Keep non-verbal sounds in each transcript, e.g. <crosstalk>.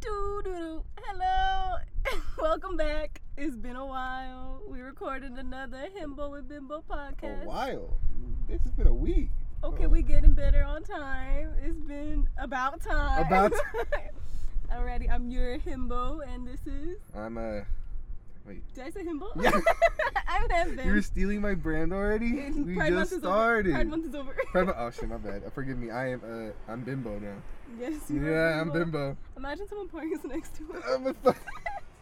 Doo-doo-doo. Hello. <laughs> Welcome back. It's been a while. We recorded another Himbo with Bimbo podcast. A while. Bitch, it's been a week. Okay, we getting better on time. It's been about time. About- <laughs> Alrighty, I'm your Himbo, and this is. I'm a. Wait. Did I say Himbo? <laughs> <laughs> Yeah. I'm Himbo. You're stealing my brand already? <laughs> And we Pride Month just is over. started. Pride Month is over. <laughs> Pride Month- Oh shit, my bad. Uh, forgive me. I am uh, I'm bimbo now. yes, <laughs> you are Yeah, I'm bimbo. Imagine someone parks next to us. <laughs> I'm a fu-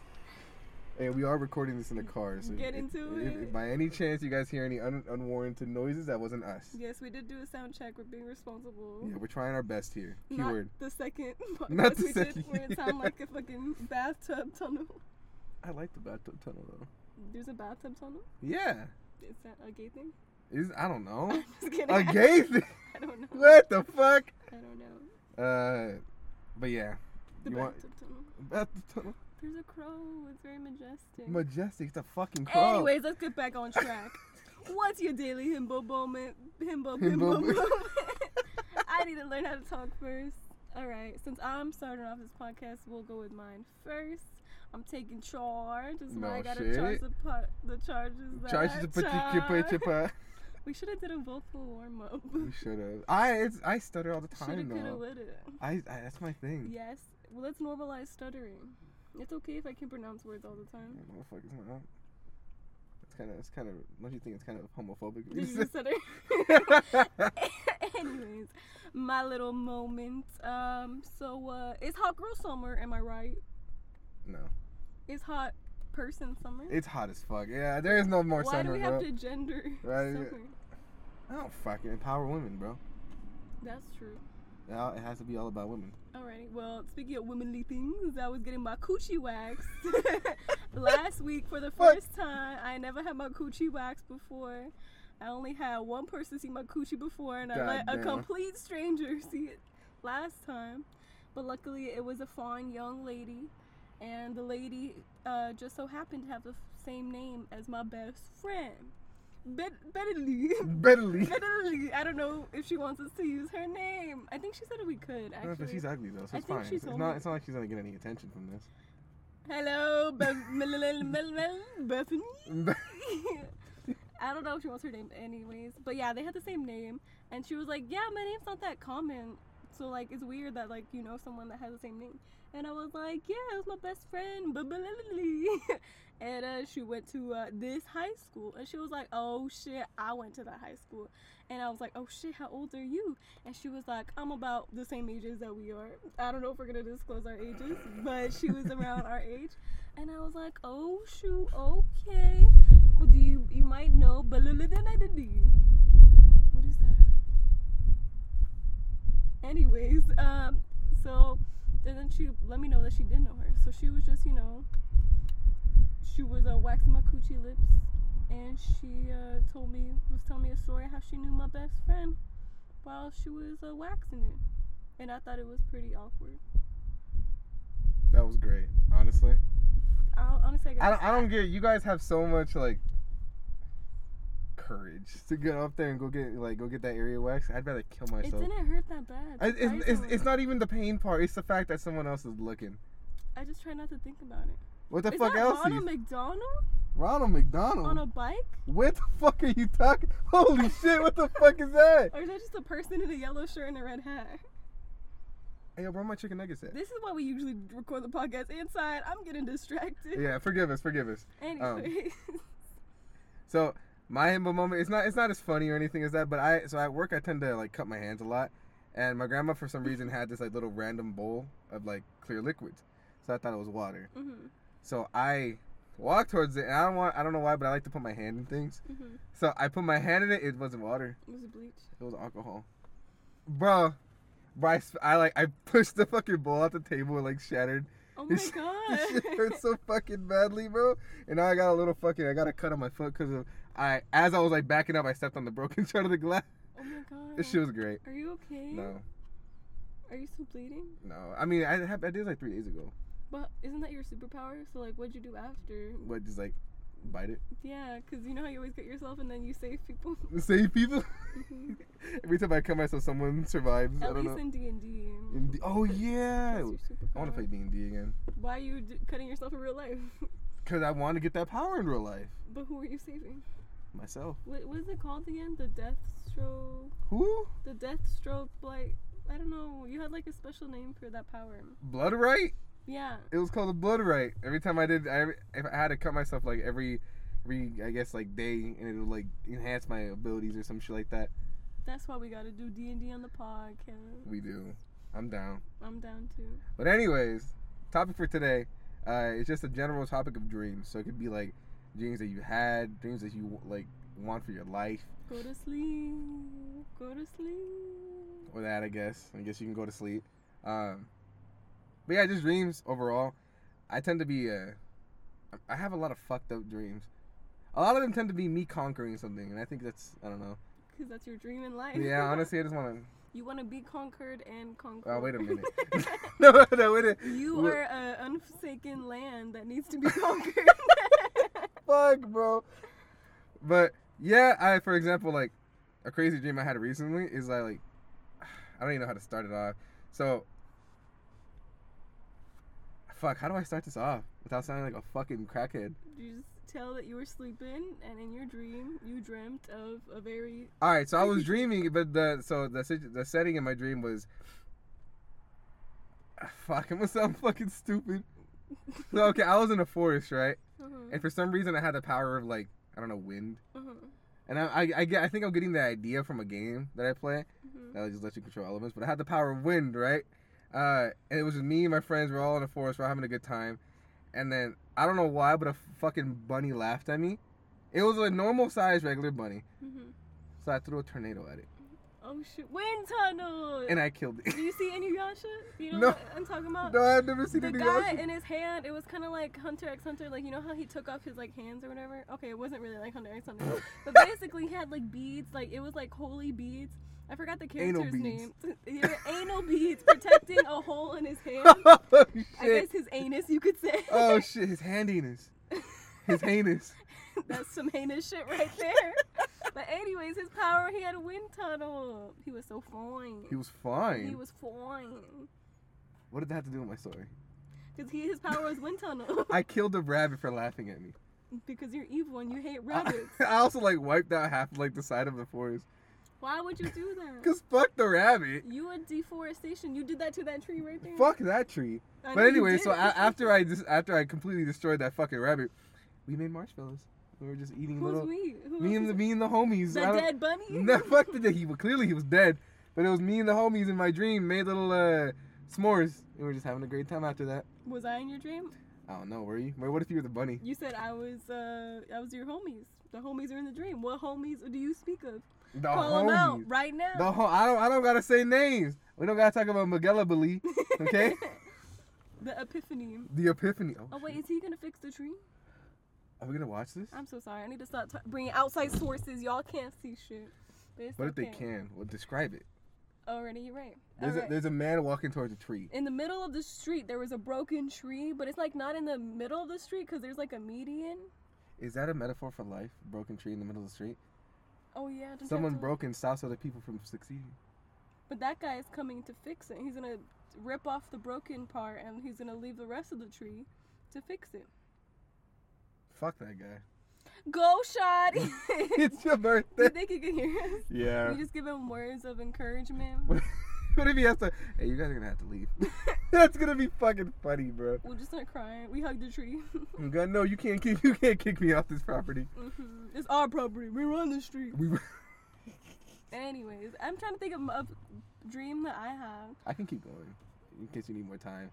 <laughs> Hey, we are recording this in the car. So Get if- into if- it. if by any chance you guys hear any un- unwarranted noises, that wasn't us. yes, we did do a sound check. We're being responsible. Yeah, we're trying our best here. Not Keyword. the second <laughs> podcast Not the we second, did where it <laughs> sounded like a fucking bathtub tunnel. I like the bathtub tunnel though. There's a bathtub tunnel? Yeah. Is that a gay thing? <laughs> Is I don't know. I'm just kidding. <laughs> a gay thing. <laughs> I don't know. What the fuck? I don't know. Uh, but yeah, The You want- bathtub tunnel. about the tunnel. There's a crow. It's very majestic. Majestic, it's a fucking crow. <laughs> Anyways, let's get back on track. What's your daily himbo moment? Himbo, Himbo himbo <laughs> moment. moment. I need to learn how to talk first. All right, since I'm starting off this podcast, we'll go with mine first. I'm taking charge. That's why I No gotta shit. charge the, part, the charges. That Charge I is a particular charge. chipper. We should have did a vocal warm up. <laughs> We should have. I it's, I stutter all the Should have, time could have, though. would have. I, I that's my thing. Yes. Well, let's normalize stuttering. It's okay if I can pronounce words all the time. <laughs> Yeah, motherfuckers, my aunt. It's kind of it's kind of don't you think it's kind of homophobic? Did you just <laughs> stutter? <laughs> Anyways, my little moment. Um, so uh, it's hot girl summer. Am I right? no, It's hot person summer. it's hot as fuck. Yeah, there is no more Why do summer, we have bro. to gender Right, yeah. <laughs> summer? I don't fucking empower women, bro. That's true. Now It has to be all about <laughs> women. Alrighty. Well, speaking of womanly things, I was getting my coochie waxed <laughs> last week for the Fuck. first time. I never had my coochie waxed before. I only had one person see my coochie before, and I let Goddamn. a complete stranger <laughs> see it last time. But luckily, it was a fine young lady, and the lady uh, just so happened to have the f- same name as my best friend, Bet- Betty Lee. <laughs> Barely. Literally, I don't know if she wants us to use her name. I think she said we could <laughs> No, but actually. she's ugly though, so I it's think fine. she It's told not. me- It's not like she's gonna get any attention from this. <laughs> Hello, Be- Mel- Mel- Mel- Mel- Bethany. <laughs> I don't know if she wants her name, anyways. But yeah, they had the same name, and she was like, "Yeah, my name's not that common, so like it's weird that like you know someone that has the same name." And I was like, "Yeah, it was my best friend, Lily." <laughs> and uh, she went to uh, this high school, and she was like, "Oh shit, I went to that high school." And I was like, "Oh shit, how old are you?" And she was like, "I'm about the same ages that we are. I don't know if we're gonna disclose our ages, but she was around our age." And I was like, "Oh shoot, okay. Well, do you you might know, but little than I did do you." What is that? Anyways, um, so and then she let me know that she didn't know her. So she was just, you know, she was uh, waxing my coochie lips, and she uh, told me was telling me a story how she knew my best friend while she was uh, waxing it, and I thought it was pretty awkward. That was great, honestly. I, honestly, I, I got don't, I don't get you guys have so much like courage to get up there and go get like go get that area wax. I'd rather kill it myself. didn't hurt that bad. I- It's, it's, it's, surprisingly. not even the pain part. It's the fact that someone else is looking. I just try not to think about it. What the Is fuck that else? Oh. Ronald Ronald, McDonald Ronald McDonald. on a bike, What the fuck are you talking? <laughs> Holy shit! What the fuck is that? or is that just a person in a yellow shirt and a red hat? Hey, yo, where my chicken nuggets at? This is why we usually record the podcast inside. I'm getting distracted. Yeah, um, forgive us, forgive us. <laughs> Anyway, So my humble moment, it's not it's not as funny or anything as that, but I so at work I tend to like cut my hands a lot, and my grandma for some reason had this like little random bowl of like clear liquids, so I thought it was water. Mhm, So I walked towards it, and I don't want I don't know why, but I like to put my hand in things. mhm. So I put my hand in it. It wasn't water. was it bleach? It was alcohol, bro. Bryce, I like I pushed the fucking bowl off the table. It like shattered. Oh my <laughs> This shit- This shit god. hurt so fucking badly, bro. And now I got a little fucking. I got a cut on my foot because of I. As I was like backing up, I stepped on the broken <laughs> side of the glass. <laughs> oh my god. This shit was great. Are you okay? No, Are you still bleeding? no. I mean, I have. I did like three days ago, But isn't that your superpower? So like, what'd you do after? but just like bite it. <laughs> Yeah, because you know how you always cut yourself and then you save people. Save people. Mhm. Every time I come, I saw someone survives. <laughs> I At don't least know. in D and D. In D- oh yeah. I want to play D and D again Why are you d- cutting yourself in real life? <laughs> because I want to get that power in real life but who are you saving? myself. What what is it called again? The death stroke. Who? The death stroke. Like I don't know. You had like a special name for that power. Blood right? Yeah. It was called a blood right. Every time I did, I if I had to cut myself like every, every I guess like day, and it would like enhance my abilities or some shit like that. That's why we gotta do D and D on the podcast. We do. I'm down. I'm down too. But anyways, topic for today, uh, it's just a general topic of dreams. So it could be like dreams that you had, dreams that you like want for your life, Go to sleep. Go to sleep. or that I guess. I guess you can go to sleep. Um, but yeah, just dreams overall. I tend to be uh, I have a lot of fucked up dreams. A lot of them tend to be me conquering something, and I think that's I don't know. Cause that's your dream in life. <laughs> Yeah, honestly, I just want to. You want to be conquered and conquered. Oh, wait <laughs> a minute. <laughs> no, no, wait. a- you Wha- are an unforsaken land that needs to <laughs> be conquered. <laughs> fuck, bro. But yeah, I for example, like a crazy dream I had recently is I like <sighs> I don't even know how to start it off. So fuck, how do I start this off without sounding like a fucking crackhead? you just tell that you were sleeping, and in your dream, you dreamt of a very All right, so I was dreaming, but the so the sit- the setting in my dream was <sighs> fuck. I'm gonna sound <laughs> fucking stupid. So okay, I was in a forest, right? uh-huh, And for some reason, I had the power of like I don't know wind. uh-huh, And I, I, I get, I think I'm getting the idea from a game that I play Mhm. that just lets you control elements. But I had the power of wind, right? Uh, and it was just me and my friends. We're all in the forest. We're having a good time. And then I don't know why, but a fucking bunny laughed at me. It was a normal sized regular bunny, mhm. so I threw a tornado at it, oh shit, wind tunnel. and I killed <laughs> it. <laughs> Do you see Inuyasha? You know No. what I'm talking about. no, I've never seen the any guy other- in his hand, it was kind of like Hunter x Hunter. Like you know how he took off his like hands or whatever. Okay, it wasn't really like Hunter x Hunter, but <laughs> basically he had like beads. Like it was like holy beads. I forgot the Anal character's name. <laughs> beads. They were anal beads protecting a hole in his hand. <laughs> oh I guess shit! his anus, you could say. <laughs> Oh <laughs> shit! His handiness, his heinous. That's some heinous shit right <laughs> there. but anyways, his power, he had a wind tunnel. He was so fine. He was He fine. was fine. What did that have to do with my story? Because he, his power was wind tunnel. <laughs> <laughs> I killed a rabbit for laughing at me. because you're evil and you hate rabbits. <laughs> I, also like wiped out half like the side of the forest. Why would you do that? Cause fuck the rabbit. You a deforestation. You did that to that tree right there. Fuck that tree. I know But you anyway, did. <laughs> so a after I just after I completely destroyed that fucking rabbit, we made marshmallows. We were just eating who's little we? Who me else and the is- me and the homies. the I <laughs> don't- dead bunny. No, fuck the day. He clearly he was dead, but it was me and the homies in my dream made little uh, s'mores, and we were just having a great time after that. <laughs> Was I in your dream? I don't know, were you? Wait, what if you were the bunny? You said I was. Uh, I was your homies. The homies are in the dream. What homies do you speak of? The Call them out right now. The ho- I don't I don't gotta say names. We don't gotta talk about Magellabali. <laughs> okay. the epiphany. The epiphany. Oh, Oh wait, shit. is he gonna fix the tree? Are we gonna watch this? I'm so sorry. I need to stop t- bringing outside sources. Y'all can't see shit. But it's What if they okay. can? Well, describe it. Already, you're right. There's, Alright. a, there's a man walking towards a tree. in the middle of the street, there was a broken tree, but it's like not in the middle of the street because there's like a median. Is that a metaphor for life? Broken tree in the middle of the street. Oh yeah, don't you have Someone to- broken stops other people from succeeding. But that guy is coming to fix it. He's gonna rip off the broken part and he's gonna leave the rest of the tree to fix it. Fuck <laughs> that guy. <laughs> Go, shot. it's your <laughs> you birthday. think you can hear us? Yeah. You just give him words of encouragement. what if he has to? Hey, you guys are gonna have to <laughs> leave. <laughs> That's gonna be fucking funny, bro. We'll just start crying. We hug the tree. <laughs> I'm gonna no, you can't kick <laughs> you can't kick me off this property. hmm It's our property. We run the street. We, Anyways, I'm trying to think of a dream that I have. <laughs> I can keep going in case you need more time.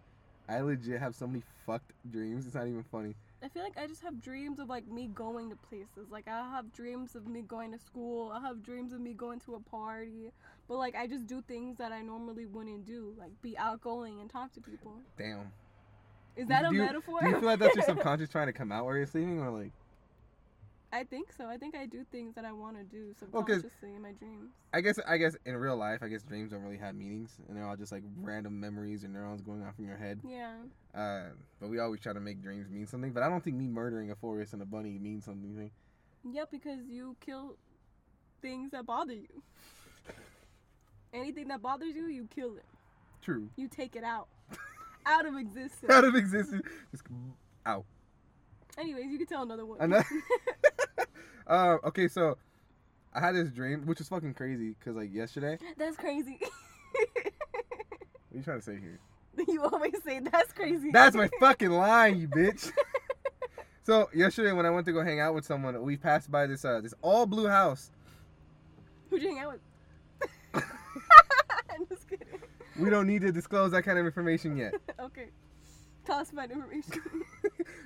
I legit have so many fucked dreams. It's not even funny. I feel like I just have dreams of like me going to places. Like I have dreams of me going to school. I have dreams of me going to a party. But like I just do things that I normally wouldn't do, like be outgoing and talk to people. Damn. Is that a do you, metaphor? <laughs> Do you feel like that's your subconscious trying to come out while you're sleeping, or like? I think so. I think I do things that I want to do Well, 'cause- subconsciously in my dreams. I guess I guess in real life, I guess dreams don't really have meanings, and they're all just like random memories or neurons going off in your head. Yeah. Uh, but we always try to make dreams mean something. But I don't think me murdering a forest and a bunny means something. Yeah, because you kill things that bother you. Anything that bothers you, you kill it. <laughs> True. You take it out. out of existence. Out of existence. Just, ow. Anyways, you can tell another one. Ano- Uh, okay, so I had this dream, which was fucking crazy, cause like yesterday. <laughs> That's crazy. <laughs> What are you trying to say here? you always say that's crazy. That's my fucking line, you bitch. So yesterday, when I went to go hang out with someone, we passed by this uh this all blue house. Who'd you hang out with? <laughs> I'm just kidding. We don't need to disclose that kind of information yet. okay. Tell us about information. <laughs>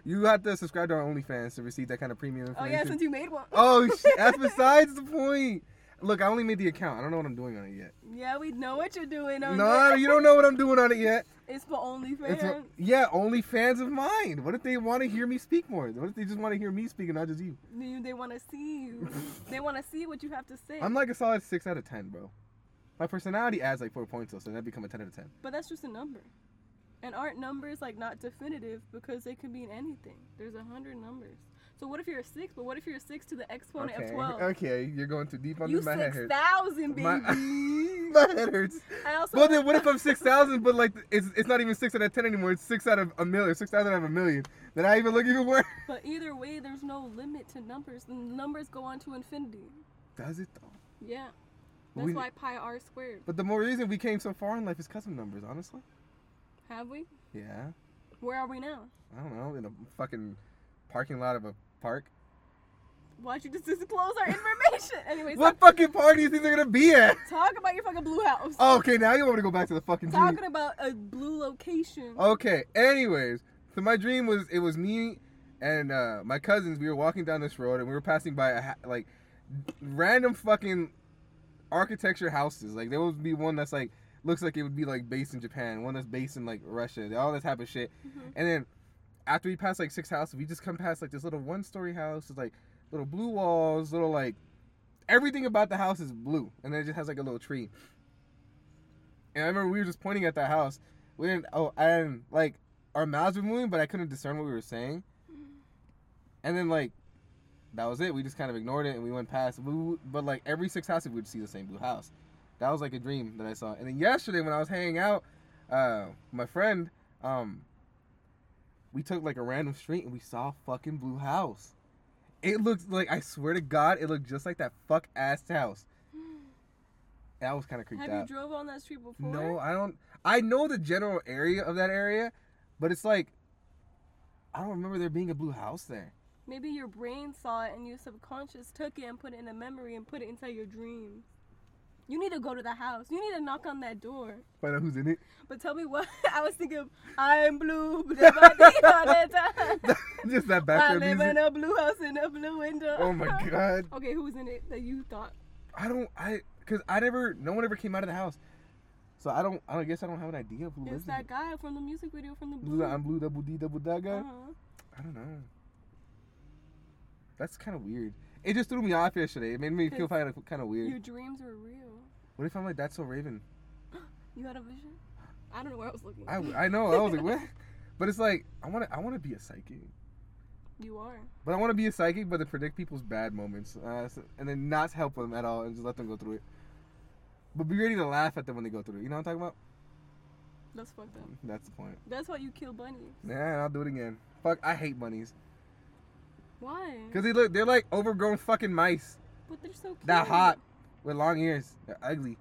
You have to subscribe to our OnlyFans to receive that kind of premium oh information. yeah, since you made one. <laughs> Oh, shit, that's besides the point. Look, I only made the account. I don't know what I'm doing on it yet. Yeah, we know what you're doing. No, on nah, there. you don't know what I'm doing on <laughs> it yet. It's for OnlyFans. It's, yeah, only fans of mine. What if they want to hear me speak more? What if they just want to hear me speak and not just you? They- They want to see you. they want to see what you have to say. I'm like a solid six out of ten, bro. My personality adds like four points, though, so that become a ten out of ten. but that's just a number. And aren't numbers like not definitive because they can mean anything? There's a hundred numbers. So what if you're a six? But what if you're a six to the exponent okay, of <laughs> twelve? okay, you're going too deep on You this. My head six hurts. thousand, baby. My, <laughs> my head hurts. I also Well, then what if I'm six thousand, but like it's it's not even six out of ten anymore. It's six out of a million. Six thousand out of a million. Then I even look even worse. But either way, there's no limit to numbers. The numbers go on to infinity. <laughs> Does it though? Yeah. That's Well, we- why pi r squared. But the more reason we came so far in life is custom numbers, honestly. Have we? Yeah. Where are we now? I don't know, in a fucking parking lot of a park. Why'd you just <laughs> disclose our information? <laughs> Anyways, What fucking party do you think they're gonna be at? Oh, talk about your fucking blue house. Okay, now you want to go back to the fucking dream. Talking about a blue location. <laughs> Okay, anyways, so my dream was it was me and uh, my cousins. We were walking down this road and we were passing by a ha- like random fucking architecture houses. Like there would be one that's like looks like it would be like based in Japan, one that's based in like Russia, all that type of shit. Mhm. And then after we passed like six houses, we just come past like this little one story house with like little blue walls, little like everything about the house is blue. And then it just has like a little tree. And I remember we were just pointing at that house. We didn't oh and like our mouths were moving, but I couldn't discern what we were saying. Mm-hmm. And then like that was it. We just kind of ignored it and we went past. We- But like every six houses, we would see the same blue house. That was like a dream that I saw. And then yesterday when I was hanging out, uh, my friend, um, we took like a random street and we saw a fucking blue house. It looked like I swear to God, it looked just like that fuck ass house. And I was kind of creeped Have out. you drove on that street before? No, I don't. I know the general area of that area, but it's like I don't remember there being a blue house there. Maybe your brain saw it and your subconscious took it and put it in a memory and put it inside your dreams. You need to go to the house. You need to knock on that door. Find out who's in it. But tell me what <laughs> I was thinking. Of, I'm blue. <laughs> but I'm not the other time. Just <laughs> that I background live music. in a blue house in a blue window. Oh my god! <laughs> Okay, who was in it that you thought? I don't. I because I never. No one ever came out of the house, so I don't. I don't guess I don't have an idea of who It's lives in that it. guy from the music video from the Blue, blue. I'm blue double D double da guy. Uh-huh. I don't know. That's kind of weird. It just threw me off yesterday. It made me feel kind of kind of weird. Your dreams were real. What if I'm like that's so Raven? You had a vision. I don't know where I was looking. I, I know. I was like what? <laughs> But it's like I want to. I want to be a psychic. you are. But I want to be a psychic, but to predict people's bad moments, uh, so- and then not help them at all, and just let them go through it. But be ready to laugh at them when they go through it. You know what I'm talking about? That's fucked up. That's the point. That's why you kill bunnies. Nah, and I'll do it again. Fuck, I hate bunnies Why? because they look—they're like overgrown fucking mice. But they're so cute. That hot with long ears. They're ugly.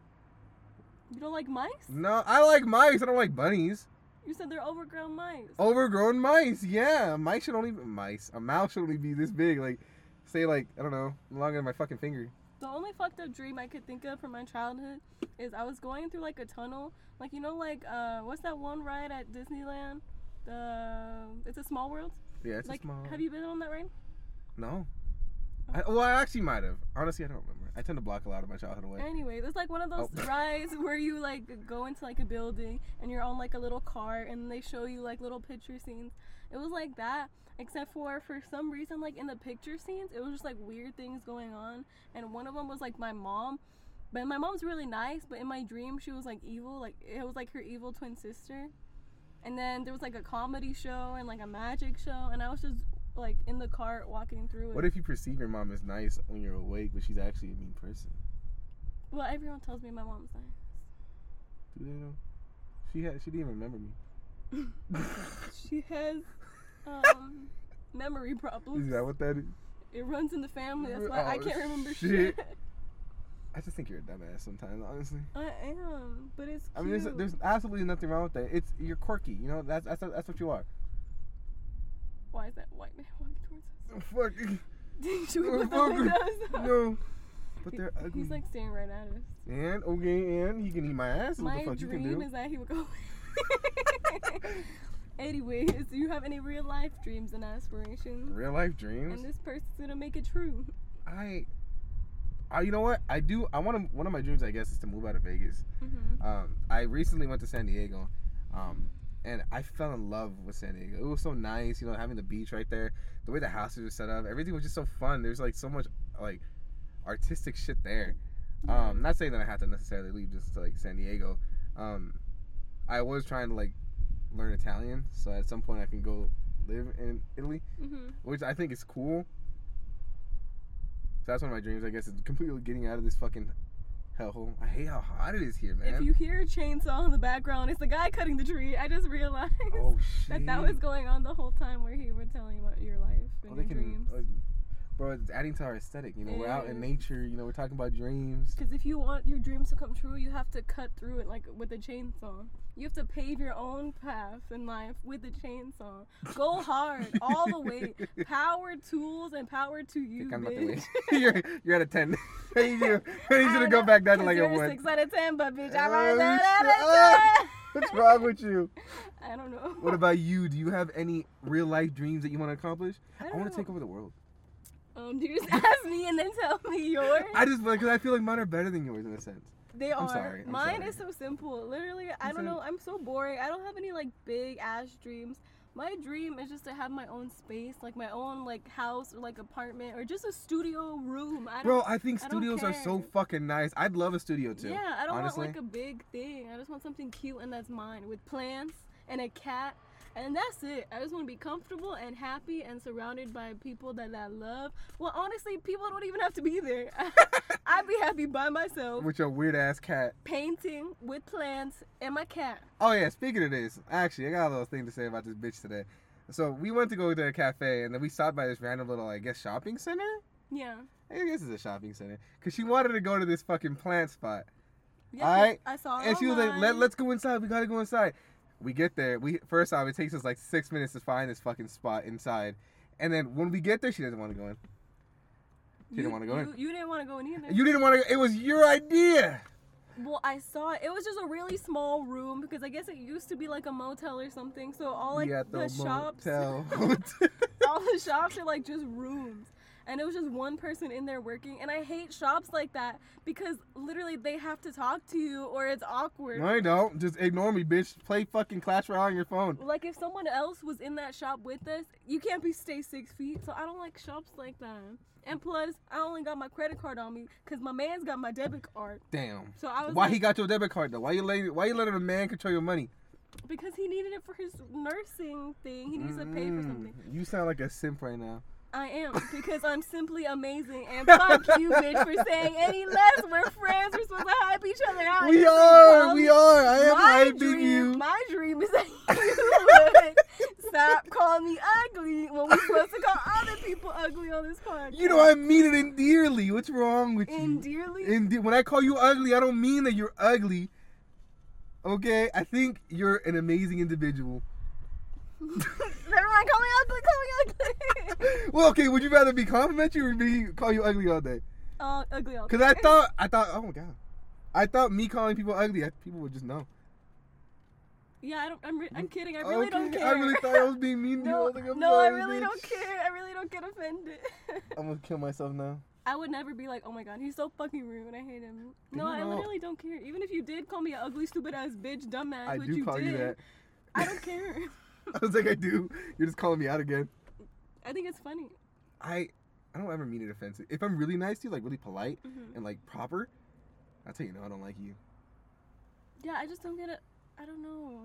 You don't like mice? No, I like mice. I don't like bunnies. You said they're overgrown mice. Oh. Overgrown mice. Yeah, a mice should only be mice. A mouse should only be this big. Like, say like I don't know, longer than my fucking finger. The only fucked up dream I could think of from my childhood is I was going through like a tunnel, like you know, like uh, what's that one ride at Disneyland? The it's a Small World. Yeah, it's like, a small. have you been on that ride? No. I, well, I actually might have. Honestly, I don't remember. I tend to block a lot of my childhood away. Anyways, it's like one of those Oh. <laughs> rides where you like go into like a building and you're on like a little cart and they show you like little picture scenes. It was like that, except for for some reason like in the picture scenes, it was just like weird things going on. And one of them was like my mom, but my mom's really nice, but in my dream she was like evil, like it was like her evil twin sister. And then there was like a comedy show and like a magic show, and I was just like in the cart walking through it. What if you perceive your mom as nice when you're awake, but she's actually a mean person? well, everyone tells me my mom's nice. Do they know? She had. She didn't even remember me. <laughs> She has um, memory problems. is that what that is? It runs in the family. That's why I Oh, can't remember shit. shit. I just think you're a dumbass sometimes, honestly. I am, but it's cute. I mean, there's, there's absolutely nothing wrong with that. It's you're quirky, you know. That's that's that's what you are. why is that white man walking towards us? <laughs> Fuck. Should we put the Motherfucker. windows up? <laughs> No. But He- they're ugly. He's like staring right at us. and okay, and he can eat my ass. is What My the fuck you can dream do? is that he would go. <laughs> Anyways, do you have any real life dreams and aspirations? Real life And dreams. this person's gonna make it true. I, I, you know what? I do. I want to. One of my dreams, I guess, is to move out of Vegas. hmm Um, I recently went to San Diego, um, and I fell in love with San Diego. It was so nice, you know, having the beach right there, the way the houses were set up, everything was just so fun. There's like so much like artistic shit there. Um, not saying that I had to necessarily leave just to like San Diego. Um, I was trying to like learn Italian, so at some point I can go live in Italy, hmm which I think is cool. So that's one of my dreams, I guess, is completely getting out of this fucking hellhole. I hate how hot it is here, man. If you hear a chainsaw in the background, it's the guy cutting the tree. I just realized. Oh <laughs> shit! that that was going on the whole time where he would telling you about your life and Well, they your can- dreams. uh, bro, it's adding to our aesthetic. You know, It we're out in is. nature. You know, we're talking about dreams. Because if you want your dreams to come true, you have to cut through it like with a chainsaw. You have to pave your own path in life with a chainsaw. Go <laughs> hard all the way. Power tools and power to you, Think I'm not the bitch. <laughs> way. you're, you're at a ten. <laughs> <laughs> I need you. I need you I to go know, back down to 'cause like a you're one. six out of ten, but bitch, I'm Oh, right there shut out of <laughs> What's wrong with you? ten. <laughs> I don't know. What about you? Do you have any real life dreams that you want to accomplish? <laughs> I, I, don't want to know. take over the world. Um, do you just <laughs> ask me and then tell me yours? I just because I feel like mine are better than yours in a sense. They I'm are. sorry, I'm Mine sorry. is so simple. Literally, I I'm don't sorry. know. I'm so boring. I don't have any like big ass dreams. My dream is just to have my own space, like my own like house or like apartment or just a studio room. I don't. Bro, I think I don't studios are so care. fucking nice. I'd love a studio too. yeah, I don't honestly. want like a big thing. I just want something cute and that's mine with plants and a cat. And that's it. I just want to be comfortable and happy and surrounded by people that I love. Well, honestly, people don't even have to be there. <laughs> I'd be happy by myself, With your weird ass cat. painting with plants and my cat. Oh yeah, speaking of this, actually, I got a little thing to say about this bitch today. So we went to go to a cafe, and then we stopped by this random little, I guess, shopping center. Yeah. I guess it's a shopping center because she wanted to go to this fucking plant spot, Yeah, Alright? I saw it. and she was like, online. Let, "Let's go inside. We gotta go inside." We get there. We first off, it takes us like six minutes to find this fucking spot inside, and then when we get there, she doesn't want to go in. she didn't You- wanna go in. you- You didn't want to go in either. You didn't want to. It was your idea. well, I saw it. It was just a really small room because I guess it used to be like a motel or something. So all like We at the shops, motel. <laughs> <laughs> all the shops are like just rooms. And it was just one person in there working, and I hate shops like that because literally they have to talk to you or it's awkward. no, you don't. Just ignore me, bitch. Play fucking Clash Royale on your phone. Like if someone else was in that shop with us, you can't be stay six feet. So I don't like shops like that. And plus, I only got my credit card on me because my man's got my debit card. Damn. So I was Why like, he got your debit card though? Why you letting Why you letting a man control your money? because he needed it for his nursing thing. He needs to pay for Mm, something. You sound like a simp right now. I <laughs> am because I'm simply amazing. And fuck you, bitch, for saying any less. We're friends. We're supposed to hype each other out. we It's like, are. come We are. I am my hyping dream, you. My dream is <laughs> that you would stop calling me ugly when we're supposed to call other people ugly on this podcast. you know I mean it endearly. What's wrong with and you? dearly. Inde- when I call you ugly, I don't mean that you're ugly. Okay, I think you're an amazing individual. <laughs> <laughs> Never mind. Call me ugly. Call me ugly. <laughs> Well, okay, would you rather be complimentary or be call you ugly all day? uh, ugly. all Cause day. I thought, I thought, oh my god, I thought me calling people ugly, I, people would just know. Yeah, I don't. I'm. Re- I'm kidding. I really don't Okay, care. I really thought I was being mean <laughs> to you. No, I was like, I'm no, I sorry, really bitch. don't care. I really don't get offended. <laughs> I'm gonna kill myself now. I would never be like, oh my god, he's so fucking rude. I hate him. No, you I know- literally don't care. Even if you did call me an ugly, stupid ass bitch, dumbass, I which do you call did, you that. <laughs> I don't care. <laughs> I was like, I do. You're just calling me out again. I think it's funny. I I don't ever mean it offensive. If I'm really nice to you, like really polite hmm and like proper, I'll tell you no, I don't like you. Yeah, I just don't get it. I don't know.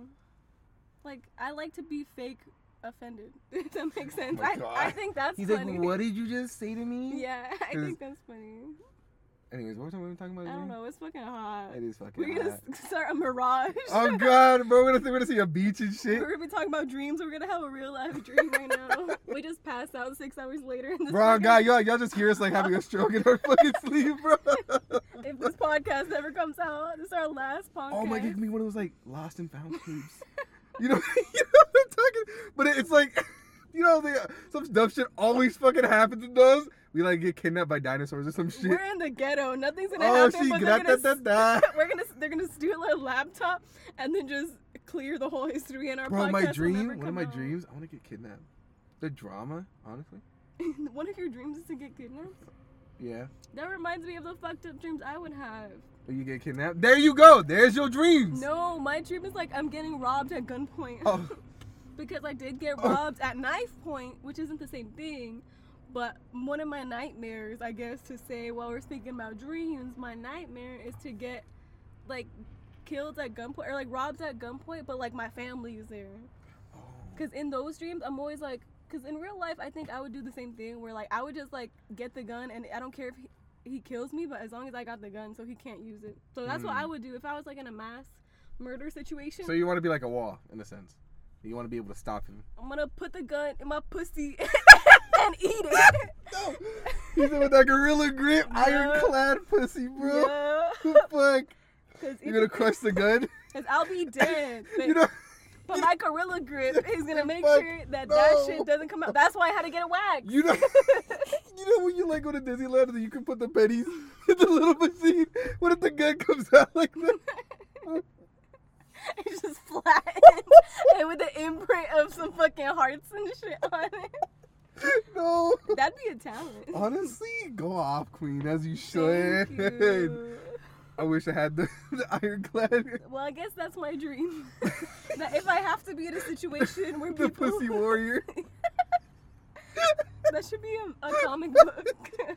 Like, I like to be fake offended. <laughs> If that makes sense. Oh my I, I God. think that's He's funny. like, what did you just say to me? <laughs> Yeah, I 'Cause- think that's funny. Anyways, what were we talking about? I don't again? know. It's fucking hot. It is fucking We're gonna hot. s- start a mirage. <laughs> Oh god, bro, we're gonna, we're gonna see a beach and shit. We're gonna be talking about dreams. We're gonna have a real life dream right <laughs> now. we just passed out six hours later. In this Bro, oh, fucking- God, y'all, y'all just hear us like having a stroke in our fucking <laughs> sleep, bro. <laughs> If this podcast never comes out, this is our last podcast. Oh my god, give me one of those like lost and found tapes. you know, <laughs> you know what I'm talking? But it, it's like, <laughs> you know, the, some dumb shit always fucking happens in those. We like get kidnapped by dinosaurs or some shit. We're in the ghetto. Nothing's gonna Oh, happen. she but got they're that, gonna, <laughs> that, that. we're gonna they're gonna steal our laptop and then just clear the whole history in our Bro, podcast. my will never dream, one of come my out. dreams, I want to get kidnapped. The drama, honestly. <laughs> one of your dreams is to get kidnapped. Yeah. That reminds me of the fucked up dreams I would have. Or you get kidnapped. There you go. There's your dreams. No, my dream is like I'm getting robbed at gunpoint. <laughs> Oh. because I did get <laughs> Oh. robbed at knife point, which isn't the same thing. But one of my nightmares, I guess, to say while we're speaking about dreams, my nightmare is to get like killed at gunpoint or like robbed at gunpoint, but like my family is there. Oh. Because in those dreams, I'm always like, because in real life, I think I would do the same thing where like I would just like get the gun and I don't care if he, he kills me, but as long as I got the gun, so he can't use it. So that's what Mm. I would do if I was like in a mass murder situation. So you want to be like a wall, in a sense. You want to be able to stop him. I'm gonna put the gun in my pussy <laughs> and eat it. No. <laughs> He's with that gorilla <laughs> grip, Yeah. ironclad pussy, bro. <laughs> Yeah. <laughs> Fuck. Cause, You're gonna crush the <laughs> gun. i I'll be dead. But, <laughs> you know, but my gorilla <laughs> grip is gonna make Fuck, sure that that no. shit doesn't come out. That's why I had to get a wax. <laughs> you know, <laughs> you know when you like go to Disneyland and you can put the pennies in the little machine. What if the gun comes <laughs> out like <laughs> that? it's just flat <laughs> and with the imprint of some fucking hearts and shit on it. No. That'd be a talent. Oh, Honestly, go off, queen, as you should. Thank you. I wish I had the, <laughs> the ironclad, Well, I guess that's my dream. <laughs> that if I have to be in a situation where the people <laughs> pussy warrior. that should be a, a comic book. <laughs> <laughs>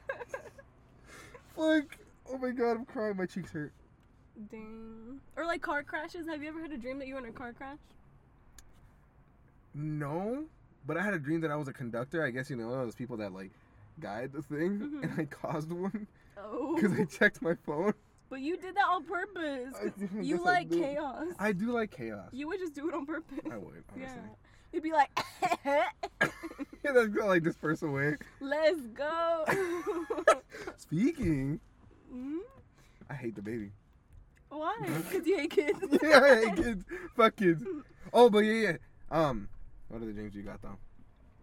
Fuck. Oh my god, I'm crying. My cheeks hurt. Dang. Or like car crashes. Have you ever had a dream that you were in a car crash? No, but I had a dream that I was a conductor. I guess you know one of those people that like guide the thing, Mhm. and I caused one <laughs> because I Oh. checked my phone. but you did that on purpose. I- 'cause I You guess I like do. chaos. I do like chaos. <laughs> You would just do it on purpose. I would <laughs> honestly. yeah. You'd be like, <laughs> Yeah, that's gonna like disperse away. <laughs> let's go. <laughs> Speaking, mm? I hate the <laughs> baby. Why? <laughs> Because you hate kids. yeah, I hate kids. Fuck kids. Oh, but yeah, yeah. Um, what are the dreams you got though?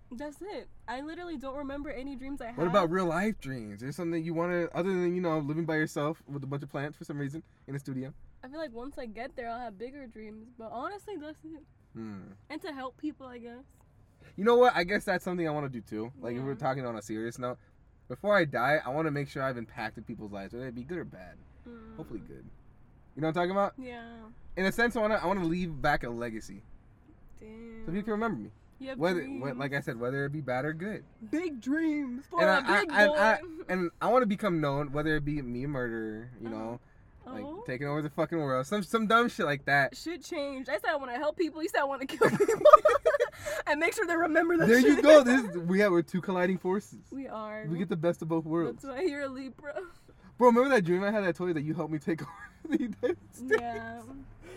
<laughs> That's it. I literally don't remember any dreams I had. What about real life dreams? There's something you want to, other than you know, living by yourself with a bunch of plants for some reason in a studio. I feel like once I get there, I'll have bigger dreams. But honestly, that's it. Hmm. And to help people, I guess. You know what? I guess that's something I want to do too. Like if Yeah. we're talking on a serious note, before I die, I want to make sure I've impacted people's lives, whether it be good or bad. Mm. Hopefully good. You know what I'm talking about? Yeah. In a sense, I want to I want to leave back a legacy Damn. so people can remember me. You have Whether dreams. what, like I said, whether it be bad or good. big dreams for And a I- I- big I- boy. I- And I want to become known, whether it be me a murderer, you know, like oh. taking over the fucking world, some some dumb shit like <laughs> that. Shit changed. I said I want to help people. You said I want to kill <laughs> people. and make sure they remember that There shit. you <laughs> go. This we have we're two colliding forces. We are. We get the best of both worlds. That's why you're a Libra. Bro, remember that dream I had? I told you that you helped me take <laughs> over the United States. Yeah.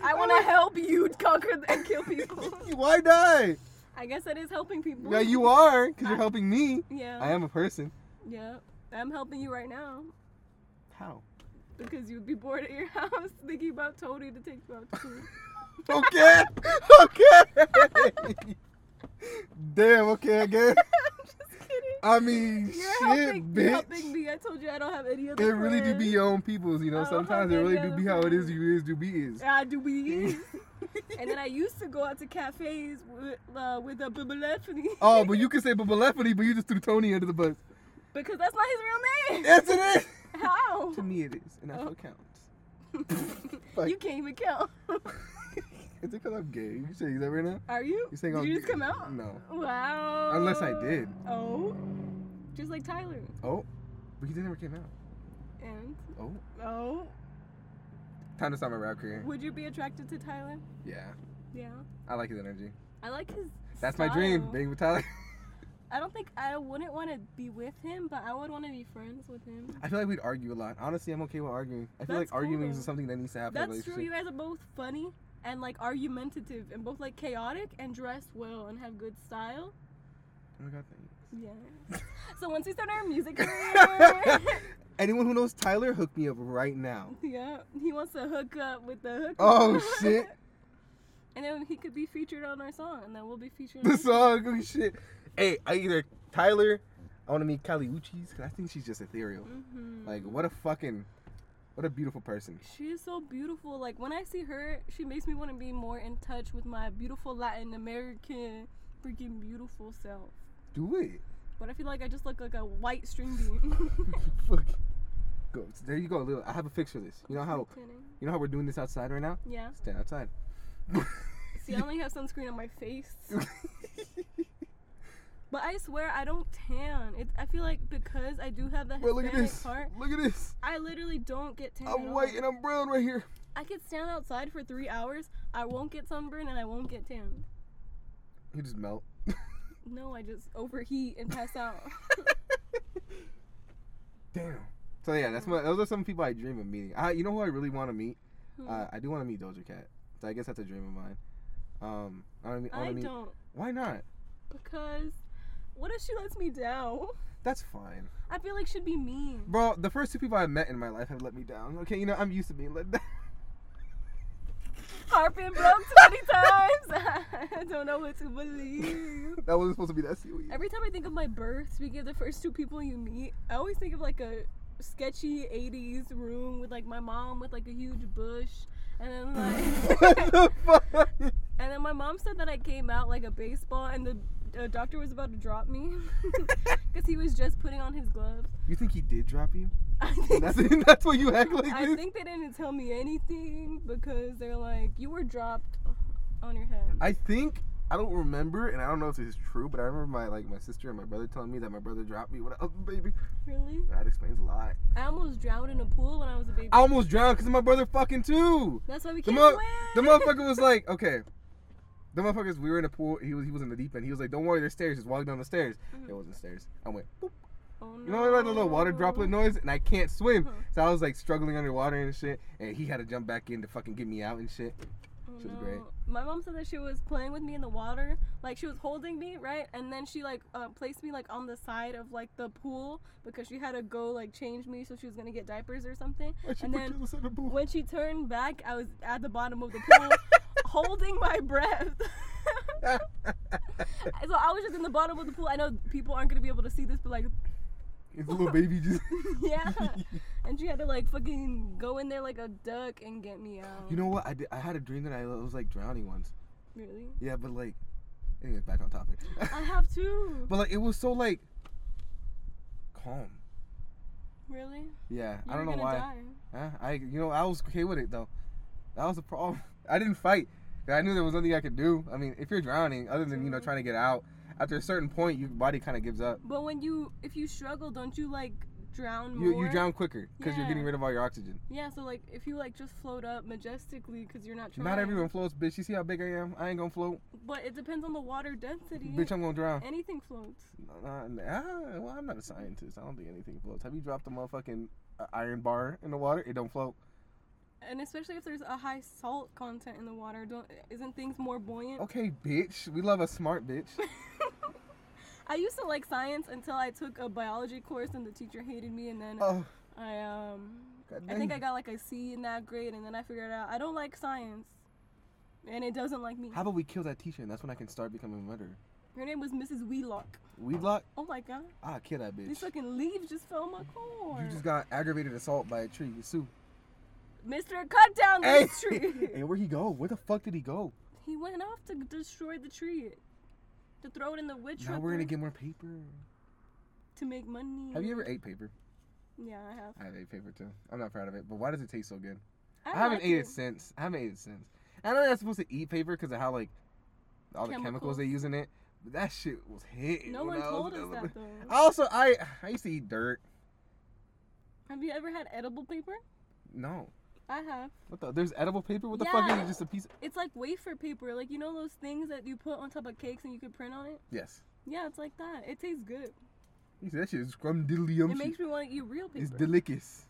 I want to help you conquer and kill people. <laughs> Why die? <laughs> I guess that is helping people. Yeah, you are, because I- <laughs> you're helping me. Yeah. I am a person. Yeah. I'm helping you right now How? because you'd be bored at your <laughs> house thinking about Tony to take you <laughs> out to food. Okay. <laughs> okay. Damn, okay, I guess. I'm just kidding. I mean, You're Oh, shit, helping, you're helping bitch. me. I told you I don't have any It other really do be friends. your own peoples, you know. Oh, Sometimes it really do okay, be how it is, okay. you is, do be <laughs> is. I do be. and then I used to go out to cafes with uh, with a bibliophiles. Oh, but you can say Babalephany, but you just threw Tony under the bus. Because that's not his real name. Yes, it is. <laughs> <laughs> How? to me, it is, and that's Oh. what counts. Fuck. you can't even count. <laughs> Is it because I'm gay? You saying that right now? Are you? You saying Did I'm you just come out? No. Wow. Unless I did. Oh. Just like Tyler. Oh, but he never came out. And Oh, oh. time to start my rap career. Would you be attracted to Tyler? Yeah, Yeah. I like his energy. I like his. That's my dream, style. being with Tyler. <laughs> I don't think I wouldn't want to be with him, but I would want to be friends with him. I feel like we'd argue a lot. Honestly, I'm okay with arguing. I feel That's like arguing cool, though. is something that needs to happen. in a That's true. You relationship. guys are both funny and like argumentative and both like chaotic and dress well and have good style. Oh my god, thanks. Yeah. <laughs> so once we start our <laughs> music career, <laughs> Anyone who knows Tyler, hook me up right now. <laughs> yeah, he wants to hook up with the hook. Oh <laughs> shit, and then he could be featured on our song, and then we'll be featured. on the song, oh shit. Hey, I either Tyler, I want to meet Kali Uchis because I think she's just ethereal. Mm-hmm. Like, what a fucking, what a beautiful person. She is so beautiful. Like when I see her, she makes me want to be more in touch with my beautiful Latin American freaking beautiful self. Do it. <laughs> But I feel like I just look like a white string bean. Fuck. Go. There you go, Lil. I have a fix for this. <laughs> You <laughs> know how you know how we're doing this outside right now? Yeah. Stand outside. See, I only have sunscreen on my face. But I swear I don't tan. It, I feel like because I do have the <laughs> Bro, look Hispanic at this. part, Look at this. I literally don't get tan. at I'm all. white and I'm brown right here. I could stand outside for three hours. I won't get sunburn and I won't get tan. You just melt. No, I just overheat and pass <laughs> out. Damn. So yeah, that's my. Those are some people I dream of meeting. I, you know who I really want to meet? Hmm. Uh, I do want to meet Doja Cat. So I guess that's a dream of mine. Um, I want to meet. I wanna meet- don't Why not? because what if she lets me down? That's fine, I feel like she'd be mean. bro. The first two people I met in my life have let me down. Okay, you know I'm used to being let <laughs> down. Harping broke 20 <laughs> times. <laughs> I don't know what to believe. that wasn't supposed to be that sweet. Every time I think of my birth, speaking of the first two people you meet, I always think of like a sketchy 80s room with like my mom with like a huge bush. And then <laughs> <laughs> what like, the fuck? and then my mom said that I came out like a baseball, and the uh, doctor was about to drop me <laughs> because he was just putting on his gloves. You think he did drop you? I And think that's <laughs> that's what you act like I this? think they didn't tell me anything because they're like, you were dropped on your head. I think I don't remember, and I don't know if this is true, but I remember my like my sister and my brother telling me that my brother dropped me when I was a baby. really? That explains a lot. I almost drowned in a pool when I was a baby. I almost drowned because of my brother fucking too. That's why we The, can't mo- swim. the motherfucker was like, okay. The motherfuckers, we were in a pool. He was he was in the deep end. He was like, "Don't worry, there's stairs. Just walk down the stairs." Mhm. There wasn't stairs. I went, boop. Oh, you know, like a little water no. droplet noise, and I can't swim, Uh-huh. so I was like struggling underwater and shit. And he had to jump back in to fucking get me out and shit. Oh, She was great. My mom said that she was playing with me in the water, like she was holding me, right? And then she like uh, placed me like on the side of like the pool because she had to go like change me, so she was gonna get diapers or something. Why'd she And put then you in the center pool? When she turned back, I was at the bottom of the <laughs> pool, holding my breath. <laughs> <laughs> so I was just in the bottom of the pool. I know people aren't gonna be able to see this, but like, It's a little baby <laughs> just. <laughs> yeah. and she had to like fucking go in there like a duck and get me out. You know what? I did, I had a dream that I was like drowning once. really? Yeah, but like, anyways, back on topic. I have to. <laughs> but like, it was so like calm. Really? Yeah, You I were don't gonna know why. die. Huh? I you know I was okay with it though. That was the problem. <laughs> I didn't fight. 'Cause I knew there was nothing I could do. I mean, if you're drowning, other than you know True. trying to get out, after a certain point, your body kind of gives up. But when you, if you struggle, don't you like drown more? You you drown quicker because you're Yeah. getting rid of all your oxygen. Yeah. So like, if you like just float up majestically because you're not trying. Not everyone floats, bitch. You see how big I am? I ain't gonna float, But it depends on the water density. bitch. I'm gonna drown. Anything floats. Nah, nah, ah, well, I'm not a scientist. I don't think anything floats. Have you dropped a motherfucking uh, iron bar in the water? It don't float. And especially if there's a high salt content in the water, don't isn't things more buoyant? Okay, bitch. We love a smart bitch. <laughs> I used to like science until I took a biology course and the teacher hated me, and then Oh, I um God I think dang. I got like a C in that grade, and then I figured out I don't like science, and it doesn't like me. How about we kill that teacher and that's when I can start becoming a murderer? Her name was Mrs. Wheelock. Weedlock? Oh my god. Ah, kill that bitch. These fucking leaves just fell on my car. You just got aggravated assault by a tree. You sue. Mr. Cut down Hey! this <laughs> hey, tree. where'd he go? Where the fuck did he go? he went off to destroy the tree, to throw it in the witch. Now we're gonna whipper. get more paper. to make money. Have you ever ate paper? Yeah, I have. I have ate paper too. I'm not proud of it, but why does it taste so good? I, don't haven't like ate it since. I haven't ate it since. I know you're not supposed to eat paper because of how like all the chemicals Chemicals. they use in it. But that shit was hitting. No when one I was "Ah." told us little. that though. Also, I I used to eat dirt. Have you ever had edible paper? No, I have. what the? There's edible paper. What the fuck is Yeah. it? Just a piece? It's like wafer paper, like you know those things that you put on top of cakes and you can print on it. Yes. Yeah, it's like that. It tastes good. You said that shit is scrumdiddlyum. It makes me want to eat real paper. It's delicious.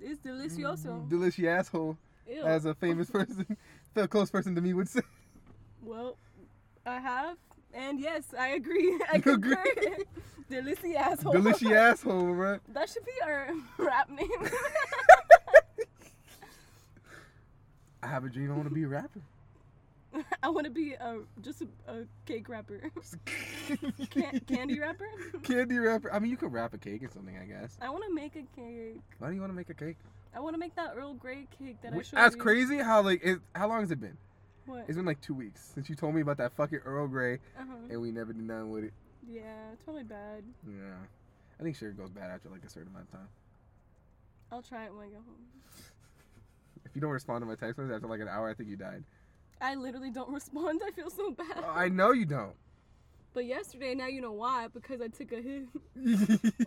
it's delicioso. Delicious asshole, Ew. Mm, as a famous person, <laughs> a close person to me would say. <laughs> well, I have, and yes, I agree. <laughs> I You agree? concur. <laughs> Delicious asshole. Delicious asshole, right? That should be our <laughs> rap name. <laughs> I have a dream. I want to be a rapper. I want to be a just a, a cake rapper, <laughs> <laughs> Can- candy rapper. Candy rapper. I mean, you could wrap a cake or something, I guess. I want to make a cake. Why do you want to make a cake? I want to make that Earl Grey cake that I Wh- showed That's you. crazy. How like it, how long has it been? What? It's been like two weeks since you told me about that fucking Earl Grey, Uh-huh. and we never did nothing with it. Yeah, it's probably bad. Yeah, I think sugar goes bad after like a certain amount of time. I'll try it when I go home. If you don't respond to my text message after like an hour, I think <laughs> you died. I literally don't <laughs> respond. I feel so bad. Oh, I know you don't. <laughs> But yesterday, now you know why, because I took a hit.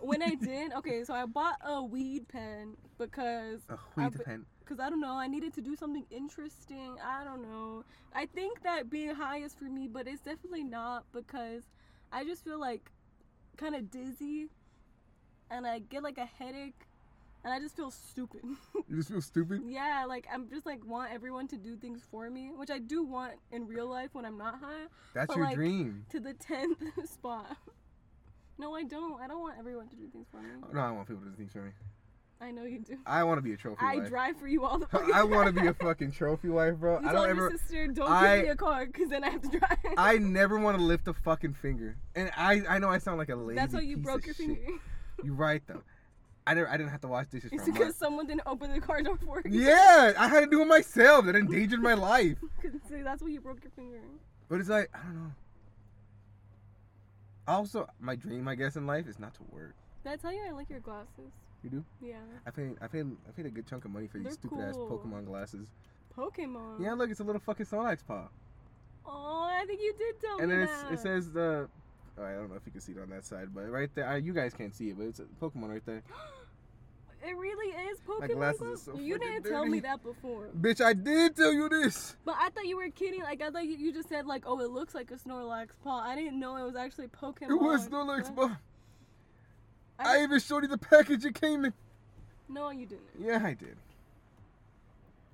<laughs> when <laughs> I did, okay, so I bought a weed pen because a I weed be- pen. cause I don't know, I needed to do something interesting. I don't know. I think that being high is for me, but it's definitely not because I just feel like kind of dizzy and I get like a headache and I just feel stupid. <laughs> You just feel stupid. yeah, like I'm just like want everyone to do things for me, which I do want in real life when I'm not high That's But, your like- dream. to the <laughs> 10th spot. No, I don't. I don't want everyone to do things for me. No, I want people to do things for me. I know you do. I want to be a trophy I wife. drive for you all <laughs> the I want to be a fucking trophy wife, bro. You I told don't ever. your sister, don't I- give me a car, cause then I have to drive. <laughs> I never want to lift a fucking finger. And I, I know I sound like a <laughs> lazy. That's why you piece broke of your shit. finger. You're right though. I never, I didn't have to wash dishes <laughs> It's for a month. because someone didn't open the car door for <laughs> you. Yeah, I had to do it myself. That endangered my life. 'Cause see, that's why you broke your finger. But it's like I don't know. Also, my dream, I guess, in life is not to work. Did I tell you I like your glasses? You do? Yeah. I paid, I paid, I paid a good chunk of money for these They're stupid ass cool. Pokemon glasses. Pokemon. Yeah, look, it's a little fucking Snorlax paw, Oh, I think you did tell and me then it's, that. it says the. oh, I don't know if you can see it on that side, but right there, I, you guys can't see it, but it's a Pokemon right there. it really is Pokemon. glasses are glasses. so you fucking didn't tell me dirty. that before. Bitch, I did tell you this. But I thought you were kidding. Like I thought you- you just said like, oh, it looks like a Snorlax paw. I didn't know it was actually Pokemon. It was Snorlax What? paw. I- I even showed you the package it came in. No, you didn't. Yeah, I did.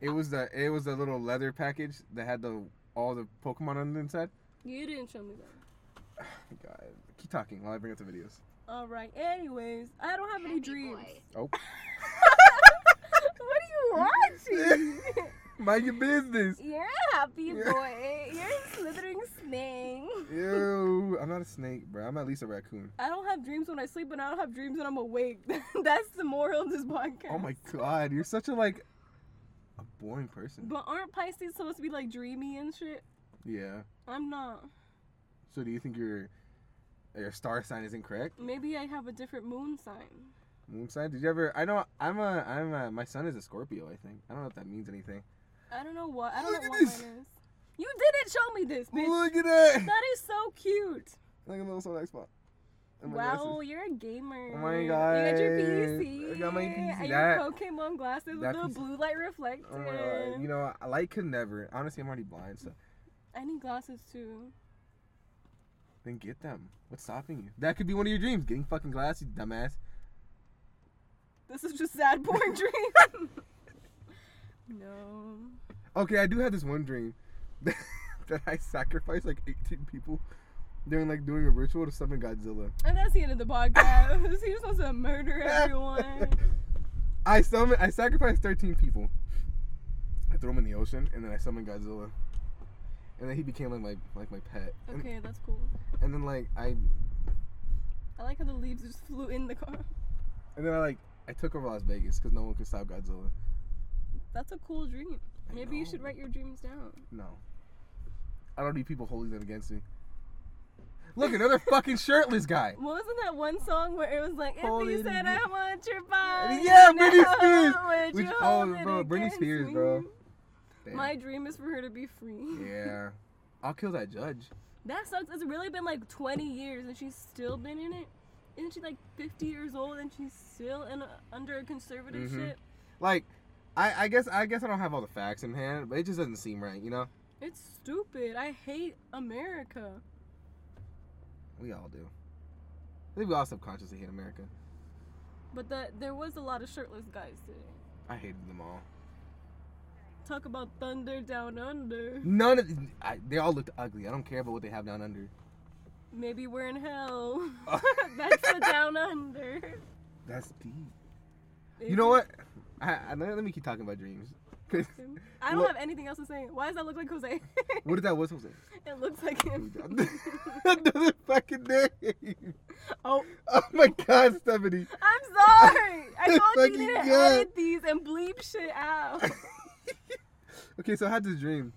It was the it was the little leather package that had the all the Pokemon on the inside. You didn't show me that. God, keep talking while I bring up the videos. All right. Anyways, I don't have any dreams. Oh, what are you <laughs> watching? <laughs> mind your business. You're a happy Yeah. boy. You're a slithering snake. Ew, I'm not a snake, bro. I'm at least a raccoon. I don't have dreams when I sleep, and I don't have dreams when I'm awake. <laughs> That's the moral of this podcast. Oh my god, you're such a like a boring person. But aren't Pisces supposed to be like dreamy and shit? Yeah. I'm not. So do you think your your star sign is incorrect? Maybe I have a different moon sign. Moon sign? Did you ever? I know I'm a I'm a my son is a Scorpio. I think I don't know if that means anything. I don't know what. I don't Look know at what this. mine is. You didn't show me this, bitch. Look at that! That is so cute. Like a little Sonic spot. And Oh my Wow, glasses. you're a gamer. Oh my You got your God. PC. I got my PC. And That- your Pokemon glasses that with the piece- blue light reflector. Oh my god. You know, I light could never. Honestly, I'm already blind, so I need glasses too. then get them. What's stopping you? That could be one of your dreams. Getting fucking glasses, you dumbass. This is just sad <laughs> porn dream. no. Okay, I do have this one dream <laughs> that I sacrificed like 18 people during like doing a ritual to summon Godzilla. And that's the end of the podcast. <laughs> He was supposed to murder everyone. <laughs> I summon. I sacrificed 13 people. I threw him in the ocean, and then I summoned Godzilla. And then he became like my like my pet. And- Okay, that's cool. and then like I I like how the leaves just flew in the car. And then I like I took over Las Vegas because no one could stop Godzilla. That's a cool dream. I Maybe you should know. write your dreams down. No, I don't need people holding them against me. Look, another <laughs> fucking shirtless guy. What wasn't that one song where it was like, if Hold you it said in- I want your body, Yeah, now Britney Spears. would Which- you oh, hold it bro, Britney against Spears, me? bro. Damn. My dream is for her to be free. yeah, I'll kill that judge. <laughs> That sucks. It's really been like 20 years and she's still been in it. Isn't she like 50 years old and she's still in a, under a conservative Mhm. shit? Like, I, I guess I guess I don't have all the facts in hand, but it just doesn't seem right. You know, It's stupid. I hate America. we all do. I think we all subconsciously hate America. But the, there was a lot of shirtless guys today. I hated them all. Talk about thunder down under. <laughs> None of I, they all looked ugly. I don't care about what they have down under. Maybe we're in <laughs> hell. <laughs> Oh. That's the down under. That's deep. You know what? I, I, let let me keep talking about dreams. <laughs> 'Cause I don't What- have anything else to say. Why does that look like Jose? <laughs> what did that whistle say? it looks like <laughs> him. Another fucking name. oh, Oh my god, Stephanie. <laughs> I'm sorry. I told Fucking you you didn't God. edit these and bleep shit <laughs> out. okay, so I had this dream.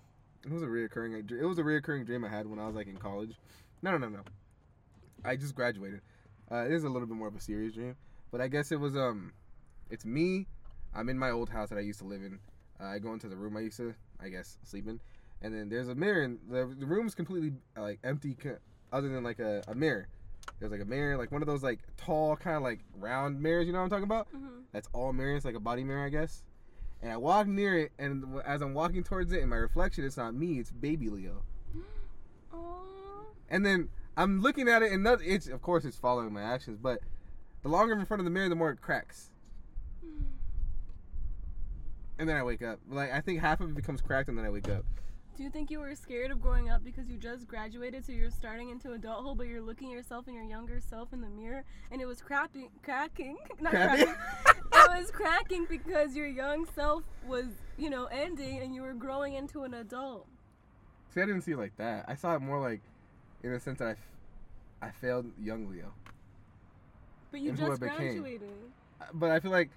It was a reoccurring. It was a reoccurring dream I had when I was like in college. No, no, no, no. I just graduated. Uh, it is a little bit more of a serious dream, but I guess it was um, it's me. I'm in my old house that I used to live in. Uh, I go into the room I used to, I guess, sleep in, and then there's a mirror. And the the room's completely uh, like empty, c- other than like a, a mirror. There's like a mirror, like one of those like tall, kind of like round mirrors. You know what I'm talking about? Mhm. that's all mirrors, like a body mirror, I guess. And I walk near it, and w- as I'm walking towards it, in my reflection, it's not me, it's baby Leo. Aw. And then I'm looking at it, and not, it's of course it's following my actions, but the longer I'm in front of the mirror, the more it cracks. And then I wake up. Like I think half of it becomes cracked, and then I wake up. Do you think you were scared of growing up because you just graduated, so you're starting into adulthood, but you're looking at yourself and your younger self in the mirror, and it was crapping, cracking, <laughs> not Cracking. cracking. it was cracking because your young self was, you know, ending, and you were growing into an adult. <laughs> See, I didn't see it like that. I saw it more like, in the sense that I, f- I failed young Leo. But you And who I just became. graduated. Uh, But I feel like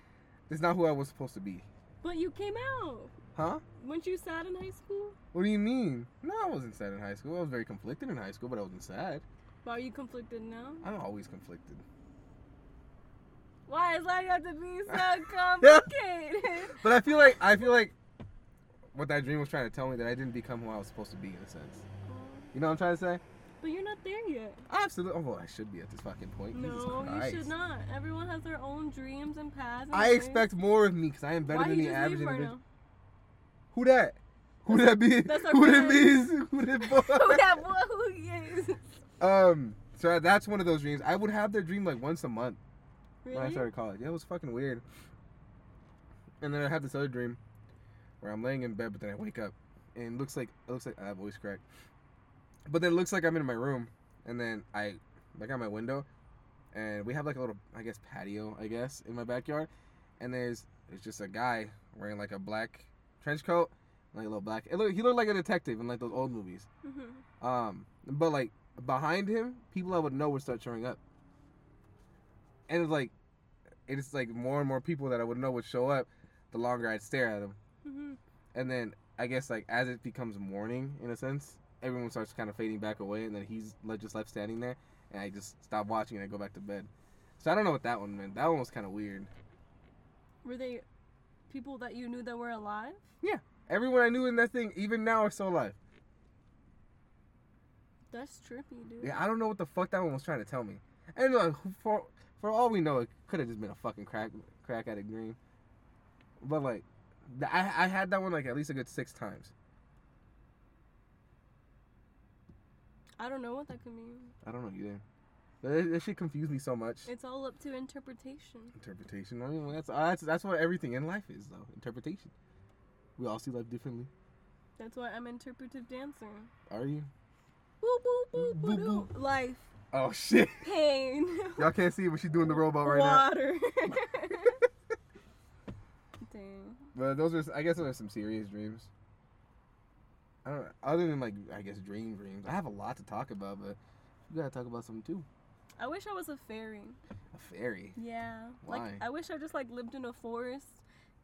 it's not who I was supposed to be. But you came out. Huh? Weren't you sad in high school? What do you mean? No, I wasn't sad in high school. I was very conflicted in high school, but I wasn't sad. But are you conflicted now? I'm always conflicted. Why does life have to be so <laughs> complicated? But I feel like I feel like what that dream was trying to tell me that I didn't become who I was supposed to be in a sense. You know what I'm trying to say? but you're not there yet. Absolutely. Oh, well, I should be at this fucking point. Jesus No, you Christ. should not. Everyone has their own dreams and paths. and I ways. expect more of me because I am better Why than you the just average leave right <laughs> individual. Who that? Who that be? That's our <laughs> Who that friend. be? <laughs> is- Who that now? <laughs> boy? Who that boy Oh, who he is? Um. So that's one of those dreams. I would have that dream like once a month when I Really? started college. Yeah, it was fucking weird. And then I had this other dream where I'm laying in bed, but then I wake up and it looks like it looks like I have voice crack. But then it looks like I'm in my room, and then I look out my window, and we have like a little I guess patio I guess in my backyard, and there's there's just a guy wearing like a black trench coat, like a little black. It look, he looked like a detective in like those old movies. Mhm. Um, but like behind him, people I would know would start showing up, and it's like, it's like more and more people that I would know would show up. The longer I'd stare at them, Mhm. and then I guess like as it becomes morning, in a sense, everyone starts kind of fading back away, and then he's like just left standing there, and I just stop watching and I go back to bed. So I don't know what that one meant. That one was kind of weird. Were they people that you knew that were alive? Everyone I knew in that thing, even now, are still alive. That's trippy, dude. Yeah, I don't know what the fuck that one was trying to tell me. And uh, for for all we know, it could have just been a fucking crack crack addict dream. But like, th- I I had that one like at least a good six times. I don't know what that could mean. I don't know either. But it, that shit confused me so much. It's all up to interpretation. Interpretation. I mean, that's uh, that's that's what everything in life is though. Interpretation. We all see life differently. That's why I'm interpretive dancer. Are you? Boop boop boop Boop, boop. Life, Oh <laughs> shit! pain, Y'all can't see, it, but she's doing the robot right uh, now. water. <laughs> Dang. But those are, I guess, those are some serious dreams. I don't. Other than like, I guess, dream dreams. I have a lot to talk about, but you gotta talk about something too. I wish I was a fairy. A fairy. Yeah. Why? Like I wish I just like lived in a forest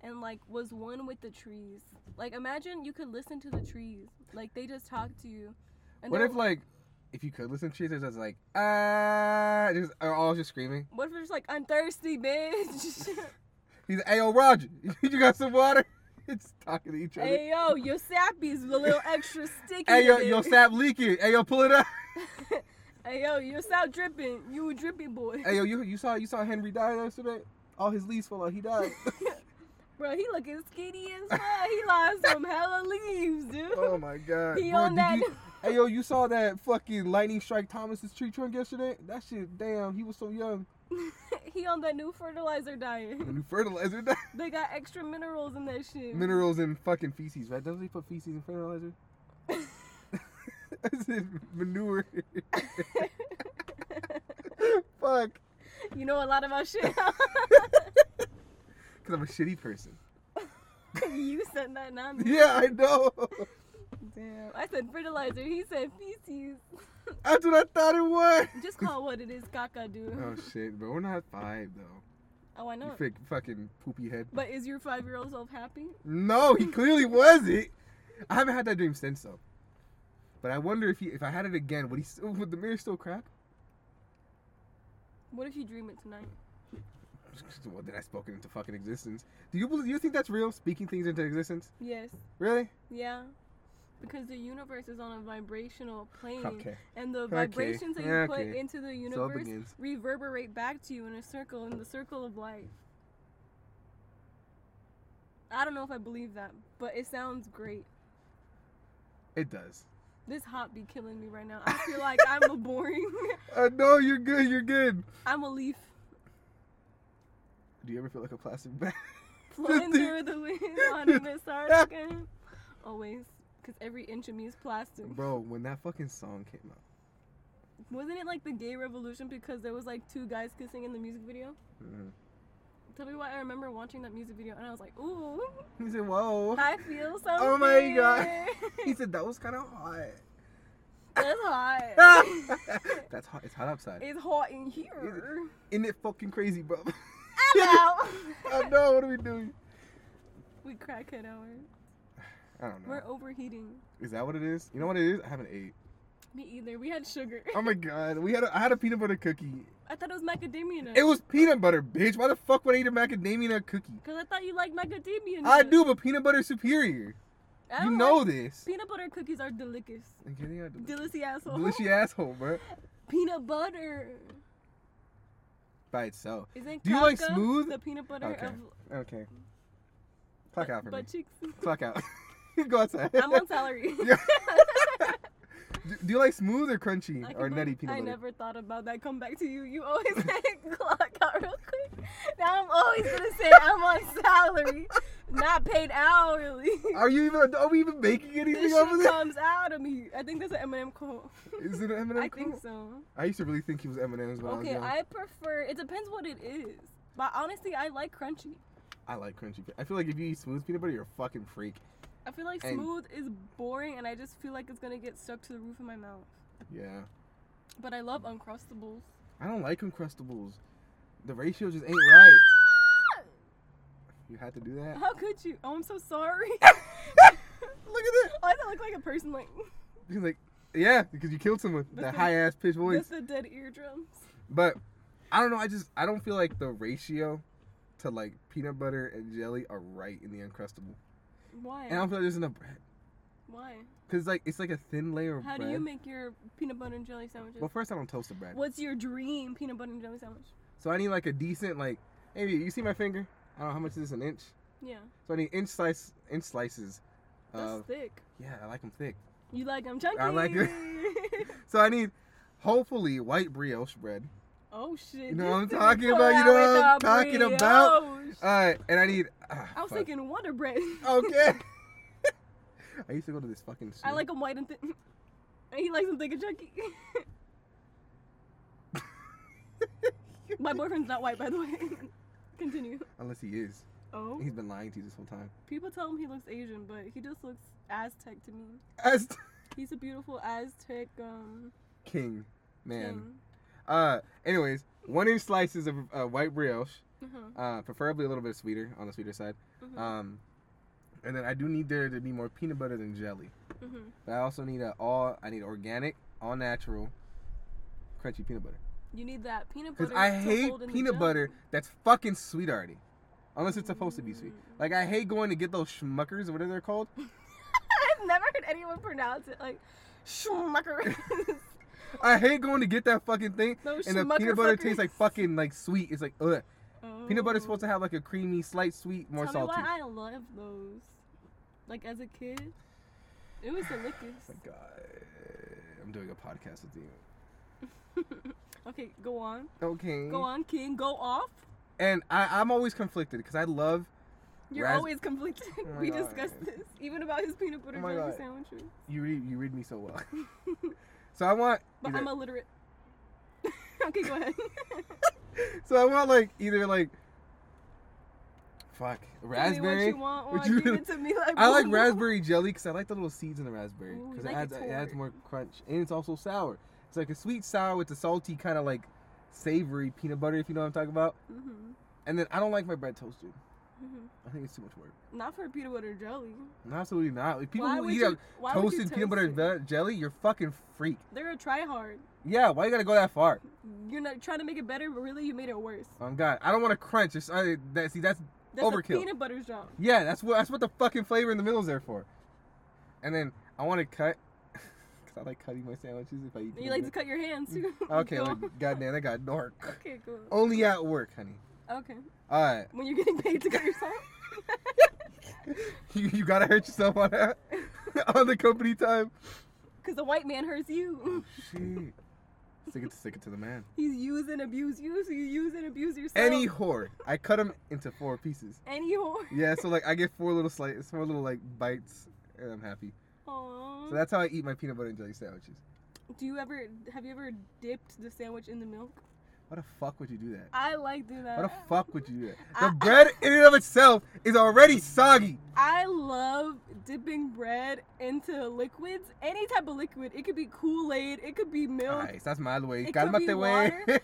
and like was one with the trees. Like imagine you could listen to the trees. Like they just talk to you. And what they're- if like if you could listen to cheesers, I was like, ah, just, are all just screaming. What if it's like I'm thirsty, bitch? <laughs> He's like, hey, yo, Roger, <laughs> you got some water? <laughs> It's talking to each other. hey yo, your sap is a little extra sticky. Hey, yo, in it. yo, sap leaking. Hey, yo, pull it <laughs> up. Hey yo, your sap dripping. You a drippy boy. Hey, yo, you, you saw you saw Henry die yesterday? All his leaves fell out. <laughs> He died. Bro, he looking skinny as fuck. He lost some hella leaves, dude. oh my god. He Bro, on did that- you- hey, yo, you saw that fucking lightning strike Thomas's tree trunk yesterday? That shit, damn, he was so young. <laughs> he on that new fertilizer <laughs> diet. The new fertilizer died. They got extra minerals in that shit. minerals in fucking feces, right? Doesn't he put feces in fertilizer? <laughs> I said manure. <laughs> Fuck. <laughs> you know a lot about shit. <laughs> Because I'm a shitty person. <laughs> you said that, not me. Yeah, I know. Damn. I said fertilizer. He said feces. That's what I thought it was. Just call what it is, caca, dude. Oh shit, but we're not five though. Oh, I You know. fake fucking poopy head. But is your five-year-old self happy? No, he clearly wasn't. I haven't had that dream since though. But I wonder if he, if I had it again, would he, still, would the mirror still crack? What if you dream it tonight? <laughs> Well, then I spoke it into fucking existence. Do you believe? Do you think that's real? Speaking things into existence? Yes. Really? Yeah. Because the universe is on a vibrational plane, Okay. and the Okay. vibrations that you put Okay. into the So it universe begins. reverberate back to you in a circle, in the circle of life. I don't know if I believe that, but it sounds great. It does. This hot be killing me right now. I feel like I'm a boring. <laughs> Uh, no, you're good. You're good. I'm a leaf Do you ever feel like a <laughs> plastic bag? flowing through the wind on a Miss Antarctica. Always, because every inch of me is plastic. Bro, when that fucking song came out. Wasn't it like the gay revolution because there was like two guys kissing in the music video? Mhm. Tell me why I remember watching that music video and I was like, ooh, He said, "Whoa." I feel something. <laughs> Oh my God. He said that was kind of <laughs> That's hot. <laughs> hot. <laughs> That's hot. It's hot outside. it's hot in here. Isn't it fucking crazy, bro? <laughs> <laughs> Hello. I know. What are we doing? we crackhead hour. I don't know. We're overheating. Is that what it is? You know what it is? I haven't ate. Me either. We had sugar. Oh my god. We had. A, I had a peanut <laughs> butter cookie. I thought it was macadamia nuts. It was peanut butter, bitch. Why the fuck would I eat a macadamia nut cookie? Cause I thought you liked macadamia nuts. I do, but peanut butter is superior. I You don't know like- this. peanut butter cookies are delicious. Delicious asshole. Delicious asshole, bro. peanut butter. By itself. Isn't Do you like Kafka smooth? The peanut butter Okay. of Okay. Clock out for me. butt cheeks. Clock out. <laughs> Go outside. I'm <laughs> on salary. <laughs> Yeah. do, do you like smooth or crunchy I can or believe- nutty peanut I butter? never thought about that. Come back to you. You always <laughs> say clock out real quick. Now I'm always gonna say I'm on salary, not paid <laughs> hourly. Are you even? Are we even making anything This over shit there? comes out of me. I think that's an Eminem quote. Is it an Eminem? I think quote? so. I used to really think he was Eminem's when Okay, I was young. I prefer. It depends what it is. But honestly, I like crunchy. I like crunchy. pe- I feel like if you eat smooth peanut butter, you're a fucking freak. I feel like And- smooth is boring, and I just feel like it's gonna get stuck to the roof of my mouth. Yeah. But I love uncrustables. I don't like Uncrustables. The ratio just <laughs> ain't right. You had to do that. <laughs> How could you? Oh, I'm so sorry. <laughs> Look at that. I don't look like a person like He's like, yeah, because you killed someone. That's That the- high ass pitch voice. with the dead eardrums. But I don't know. I just I don't feel like the ratio to like peanut butter and jelly are right in the uncrustable. Why? And I don't feel like there's enough bread Why? because like it's like a thin layer of How bread. do you make your peanut butter and jelly sandwiches? well, first I don't toast the bread, What's your dream peanut butter and jelly sandwich? so I need like a decent like. Hey, you see my finger? I don't know how much is this an inch. Yeah, So I need inch slice inch slices. that's Of, thick. yeah, I like them thick. You like them chunky. Uh, I like it. So I need hopefully white brioche bread. <laughs> oh shit. You know what I'm said talking pull about, you out know with what I'm the talking about. brioche. All right, Uh, and I need. ah, I was fuck. Oh, thinking Wonder Bread. Okay. <laughs> I used to go to this fucking. <laughs> I store. like them white and thick. And he likes them thick and chunky. My boyfriend's not white, by the way. <laughs> Continue. Unless he is. Oh. He's been lying to you this whole time. People tell him he looks Asian, but he just looks Aztec to me. As He's a beautiful Aztec um <laughs> king, man. king. Uh, anyways, one inch slices of uh, white brioche, Uh-huh. uh, preferably a little bit sweeter on the sweeter side. Mhm. Um, and then I do need there to be more peanut butter than jelly. Mhm. But I also need a all. I need organic all natural, crunchy peanut butter. You need that peanut Because butter. I to hate hold in the peanut jar. butter that's fucking sweet already. Unless it's supposed to be Mm. sweet. Like, I hate going to get those schmuckers, or whatever they're called. <laughs> I've never heard anyone pronounce it like schmucker. I hate going to get that fucking thing. No, and the schmucker peanut butter fuckers. tastes like fucking, like, sweet. It's like, ugh. <laughs> Peanut butter's supposed to have, like, a creamy, slight sweet, more Tell salty. me why I love those. Like as a kid, it was Oh my delicious. <laughs> God. I'm doing a podcast with you. okay, go on, Okay. go on, King, go off. And I, I'm always conflicted because I love. You're Ras- always conflicted. Oh <laughs> my we God. discussed this, even about his peanut butter Oh my jelly God. sandwiches. You read, you read me so well. <laughs> <laughs> so I want. But either- I'm illiterate. <laughs> okay, go ahead. <laughs> so I want like either like. Fuck Tell me what raspberry. you want, Would or you- give it to me like <laughs> Mm-hmm, I <laughs> like one. raspberry jelly because I like the little seeds in the raspberry Ooh, you because it like adds it it adds tart. more crunch and it's also sour. It's like a sweet sour with the salty kind of like savory peanut butter if you know what I'm talking about. Mhm, And then I don't like my bread toasted. mhm. I think it's too much work. Not for peanut butter jelly. No, absolutely not. Like, people why who would eat you, a why would you toasted peanut toast butter it? ve- jelly, you're fucking freak. They're a try hard. Yeah, why you gotta go that far? You're not trying to make it better, but really you made it worse. Oh God, I don't want to crunch. It's, I, that see that's That's a Overkill. peanut butter's job. yeah, that's what that's what the fucking flavor in the middle is there for. And then I want to cut <laughs> because I like cutting my sandwiches if I eat. You peanut like to butter. cut your hands too. <laughs> <laughs> Okay, Go like, on. goddamn, I got dark. Okay, cool. Only at work, honey. Okay, All right, when you're getting paid to cut yourself. <laughs> you, you gotta hurt yourself on that <laughs> on the company time. Because the white man hurts you. <laughs> Shit, stick it stick it to the man. He's use and abuse you, so you use and abuse yourself. Any whore, I cut him into four pieces. Any whore. Yeah, so like I get four little slices, four little like bites, and I'm happy. Aw. So that's how I eat my peanut butter and jelly sandwiches. Do you ever have you ever dipped the sandwich in the milk? Why the fuck would you do that? I like doing that. Why the fuck would you do that? The I- bread in and of itself is already soggy. I love dipping bread into liquids. Any type of liquid. It could be Kool Aid. It could be milk. Nice, that's my way. It could Calmate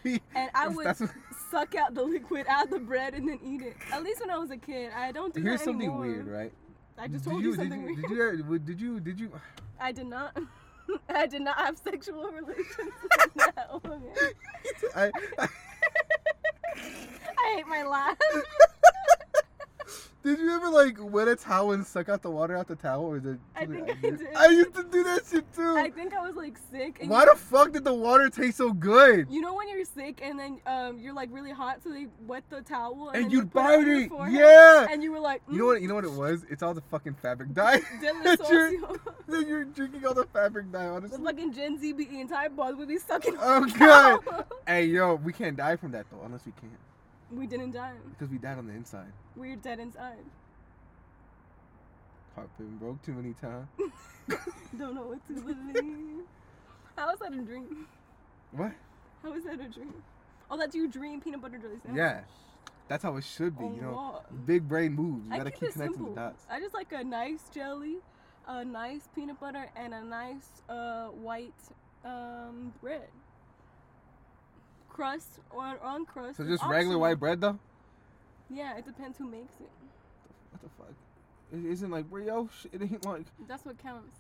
be <laughs> way. And I would That's- suck out the liquid out of the bread and then eat it. At least when I was a kid, I don't do Here's that something anymore. weird, right? I just Did told you, something did weird. you, Did you, ever- did you, <laughs> did you, I did not. <laughs> I did not have sexual relations <laughs> with that woman. I, I, I hate my <laughs> life. did you ever like wet a towel and suck out the water out the towel? Or did, I think I did. did. I used to do that shit too. I think I was like sick. And Why the fuck did the water taste so good? You know when you're sick and then um, you're like really hot, so they wet the towel And then you'd they put bite on your it, forehead, yeah. And you were like, "Mm, You know what? You know what it was? It's all the fucking fabric dye. <laughs> that you're, <laughs> Delicioso. that you're drinking all the fabric dye. the Honestly. fucking Gen Z be eating Tide balls. We be sucking. <laughs> <laughs> Oh the god. towel. Hey yo, we can't die from that though, unless we can, We didn't die. because we died on the inside. We're dead inside. Heart been broke too many times. Don't know what <laughs> to believe. How is that a dream? What? How is that a dream? Oh, that's you dream peanut butter jelly sandwich. Yeah, that's how it should be. Oh, You know, Lord. big brain moves. You I gotta keep keep it connecting the simple. dots. I just like a nice jelly, a nice peanut butter, and a nice uh, white um, bread. Crust or on crust. So is just regular optional. white bread though. Yeah, it depends who makes it. What the fuck? It isn't like Brio. sh- It ain't like. That's what counts.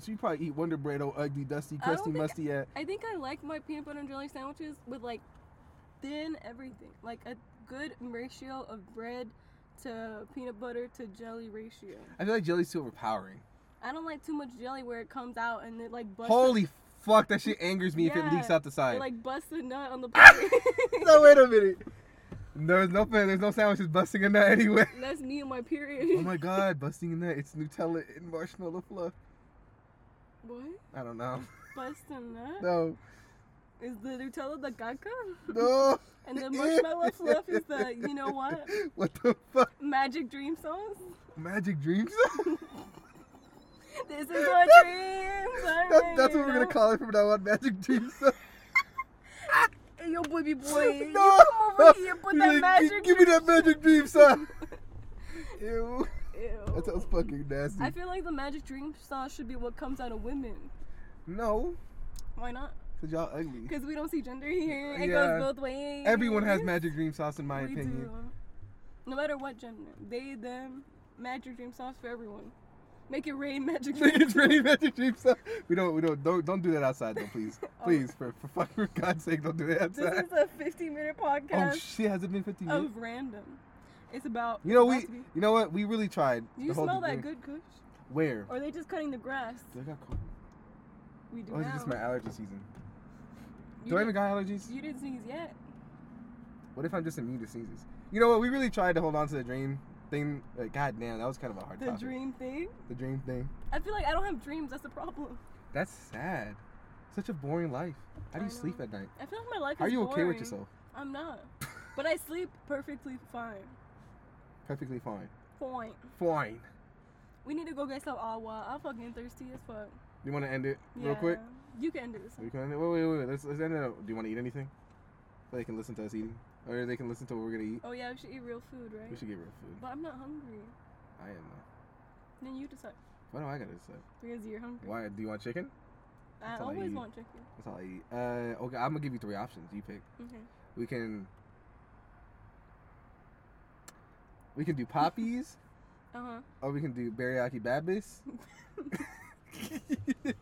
So you probably eat Wonder Bread, oh ugly, dusty, I don't crusty, think- musty. At I think I like my peanut butter and jelly sandwiches with like thin everything, like a good ratio of bread to peanut butter to jelly ratio. I feel like jelly's too overpowering. I don't like too much jelly where it comes out and it like busts. Holy fuck, that shit angers me if it Yeah, leaks out the it, side. like busts a nut on the <laughs> plate. <laughs> no, wait a minute. There's no there's no sandwiches busting in that anyway. <laughs> That's me and my period. oh my god, busting in that. It's Nutella and marshmallow fluff. <laughs> What? I don't know. <laughs> Bust a nut? No. Is the Nutella the gaga? No. And <laughs> the marshmallow fluff is the you know what? What the fuck? Magic dream songs? Magic dreams? <laughs> This is a dream. That- that's what we're gonna call it from now on, magic dreams. no. Ah, Hey, yo, <laughs> baby boy. You come over here, put You that like, magic. Give, give me <laughs> that magic dream, son. Ew. Ew. That sounds fucking nasty. I feel like the magic dream song should be what comes out of women. No, Why not? cause y'all ugly. Because we don't see gender here. It Yeah. goes both ways. Everyone has magic dream sauce, in my we <laughs> opinion. do. No matter what gender, they, them, magic dream sauce for everyone. Make it <laughs> rain magic. Make it rain magic dream stuff. We don't, we don't, don't, don't do that outside though, <laughs> please, please, for, for fuck, for God's sake, don't do that Oh. This outside. is a 50 minute Oh podcast shit, has it been 15 minutes? of random. It's about. You it's know we, about to be- you know what, we really tried. Do you the whole smell degree. that good, Kush? <laughs> Where? Or are they just cutting the grass? Do I got cold? We do Oh, now. it's just my allergy season. You Do I did- even got allergies? You didn't sneeze yet. What if I'm just immune to sneezes? You know what? We really tried to hold on to the dream thing. Like, God damn, that was kind of a hard The topic. dream thing. The dream thing. I feel like I don't have dreams. That's the problem. That's sad. Such a boring life. How do I you sleep know. at night? I feel like my life. How are is you okay with boring. yourself? I'm <laughs> not. But I sleep perfectly fine. Perfectly fine. Point. Fine. We need to go get some agua. I'm fucking thirsty as fuck. You want to end it Yeah. real quick? You can do this. We can end it. Wait, wait, wait. wait. Let's, let's end it. up. Do you want to eat anything? So they can listen to us eating, or they can listen to what we're gonna eat. Oh yeah, we should eat real food, right? We should get real food. But I'm not hungry. I am. Not. Then you decide Why do I gotta decide? because you're hungry. Why? Do you want chicken? I That's all I always eat. want chicken. That's all I eat. Uh, okay. I'm gonna give you three options. You pick. Okay. We can. We can do poppies, Uh huh. or we can do Bariaki Babis. <laughs> <laughs> Do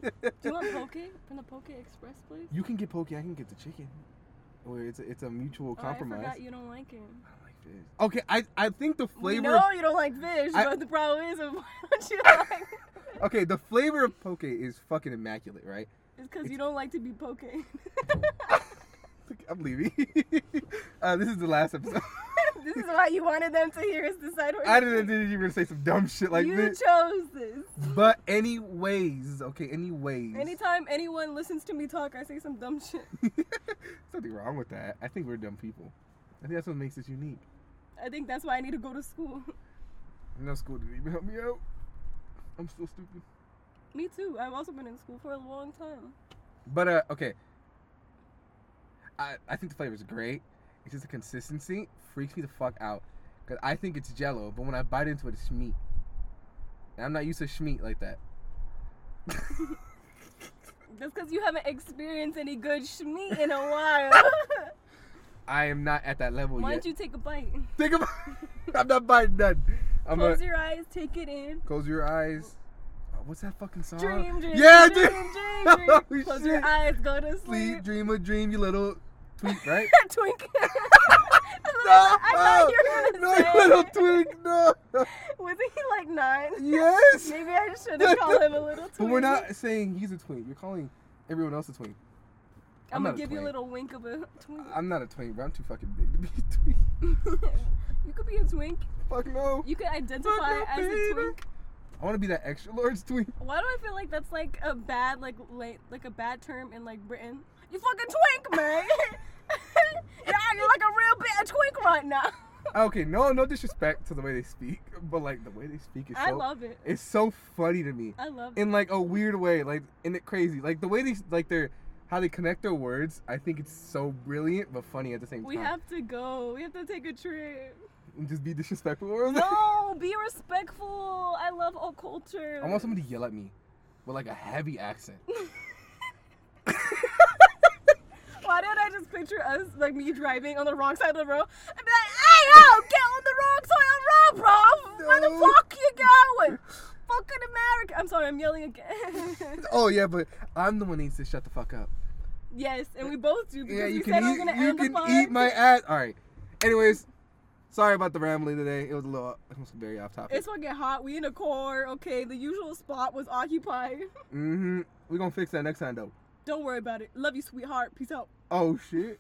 you want poke from the Poke Express place? You can get poke. I can get the chicken. Where it's a, it's a mutual Oh, I compromise. forgot you don't like it. I don't like fish. Okay, I I think the We flavor. know you don't like fish, I- but the problem is, <laughs> why don't <laughs> you like? Okay, the flavor of poke is fucking <laughs> immaculate, right? It's because you don't like to be poke. <laughs> I'm leaving. <laughs> uh, this is the last episode. <laughs> this is why you wanted them to hear us decide. where I you- didn't think you were gonna say some dumb shit like you this. chose this. But anyways, okay, anyways. Anytime anyone listens to me talk, I say some dumb shit. <laughs> There's nothing wrong with that. I think we're dumb people. I think that's what makes us unique. I think that's why I need to go to school. <laughs> No school didn't even help me out. I'm still stupid. me too. I've also been in school for a long time. But uh, okay. I I think the flavor's great. It's just the consistency freaks me the fuck out. Cause I think it's Jello, but when I bite into it, it's meat. And I'm not used to schmeat like <laughs> that. That's because you haven't experienced any good shmeat in a <laughs> Oh, while. I am not at that level <laughs> why yet. don't you take a bite? Think about. <laughs> I'm not biting none. I'm Close gonna your eyes, take it in. close your eyes. Oh, what's that fucking song? Dream, dream, Uh, yeah, dream, dream. <laughs> dream, dream. Oh, Close your shit. eyes, go to Sleep, sleep. <laughs> dream a dream, you little tweak, right? twink. <laughs> I thought- <laughs> I thought you were gonna no, say. you little twink, no. Was he like nine? <laughs> Yes. Maybe I <laughs> should have called him a little twink. But we're not saying he's a twink. You're calling everyone else a twink. I'm, I'm not gonna a give you a twink. little wink of a <laughs> twink. I'm not a twink, but I'm too fucking big to be a twink. <laughs> <laughs> you could be a twink. <laughs> Fuck no. You could identify Fuck no, as a baby. twink. I want to be that extra large twink. Why do I feel like that's like a bad like late, like a bad term in like Britain? You fucking twink, man. <laughs> you're acting like a real bit of twink right now. Okay, no, no disrespect to the way they speak, but like the way they speak is so I love it. it's so funny to me I love it. in like a weird way, like in it crazy, like the way they like their how they connect their words. I think it's so brilliant but funny at the same We time. have to go. We have to take a trip. And just be disrespectful. Or No, be respectful. I love all culture. I want somebody to yell at me with like a heavy accent. <laughs> Why did I just picture us like me driving on the wrong side of the road? I'd be like, "Hey, yo, get on the wrong side of the road, bro. Where the No. fuck you going? Fucking America." I'm sorry, I'm yelling again. <laughs> oh yeah, but I'm the one that needs to shut the fuck up. yes, and we both do because Yeah, you, you said can I eat. was gonna You end the can pod. eat my ass. All right. Anyways, sorry about the rambling today. It was a little, it was very off topic. It's fucking hot. We in a car. Okay, the usual spot was occupied. <laughs> mm-hmm. We're gonna fix that next time though. Don't worry about it. Love you, sweetheart. Peace out. Oh shit.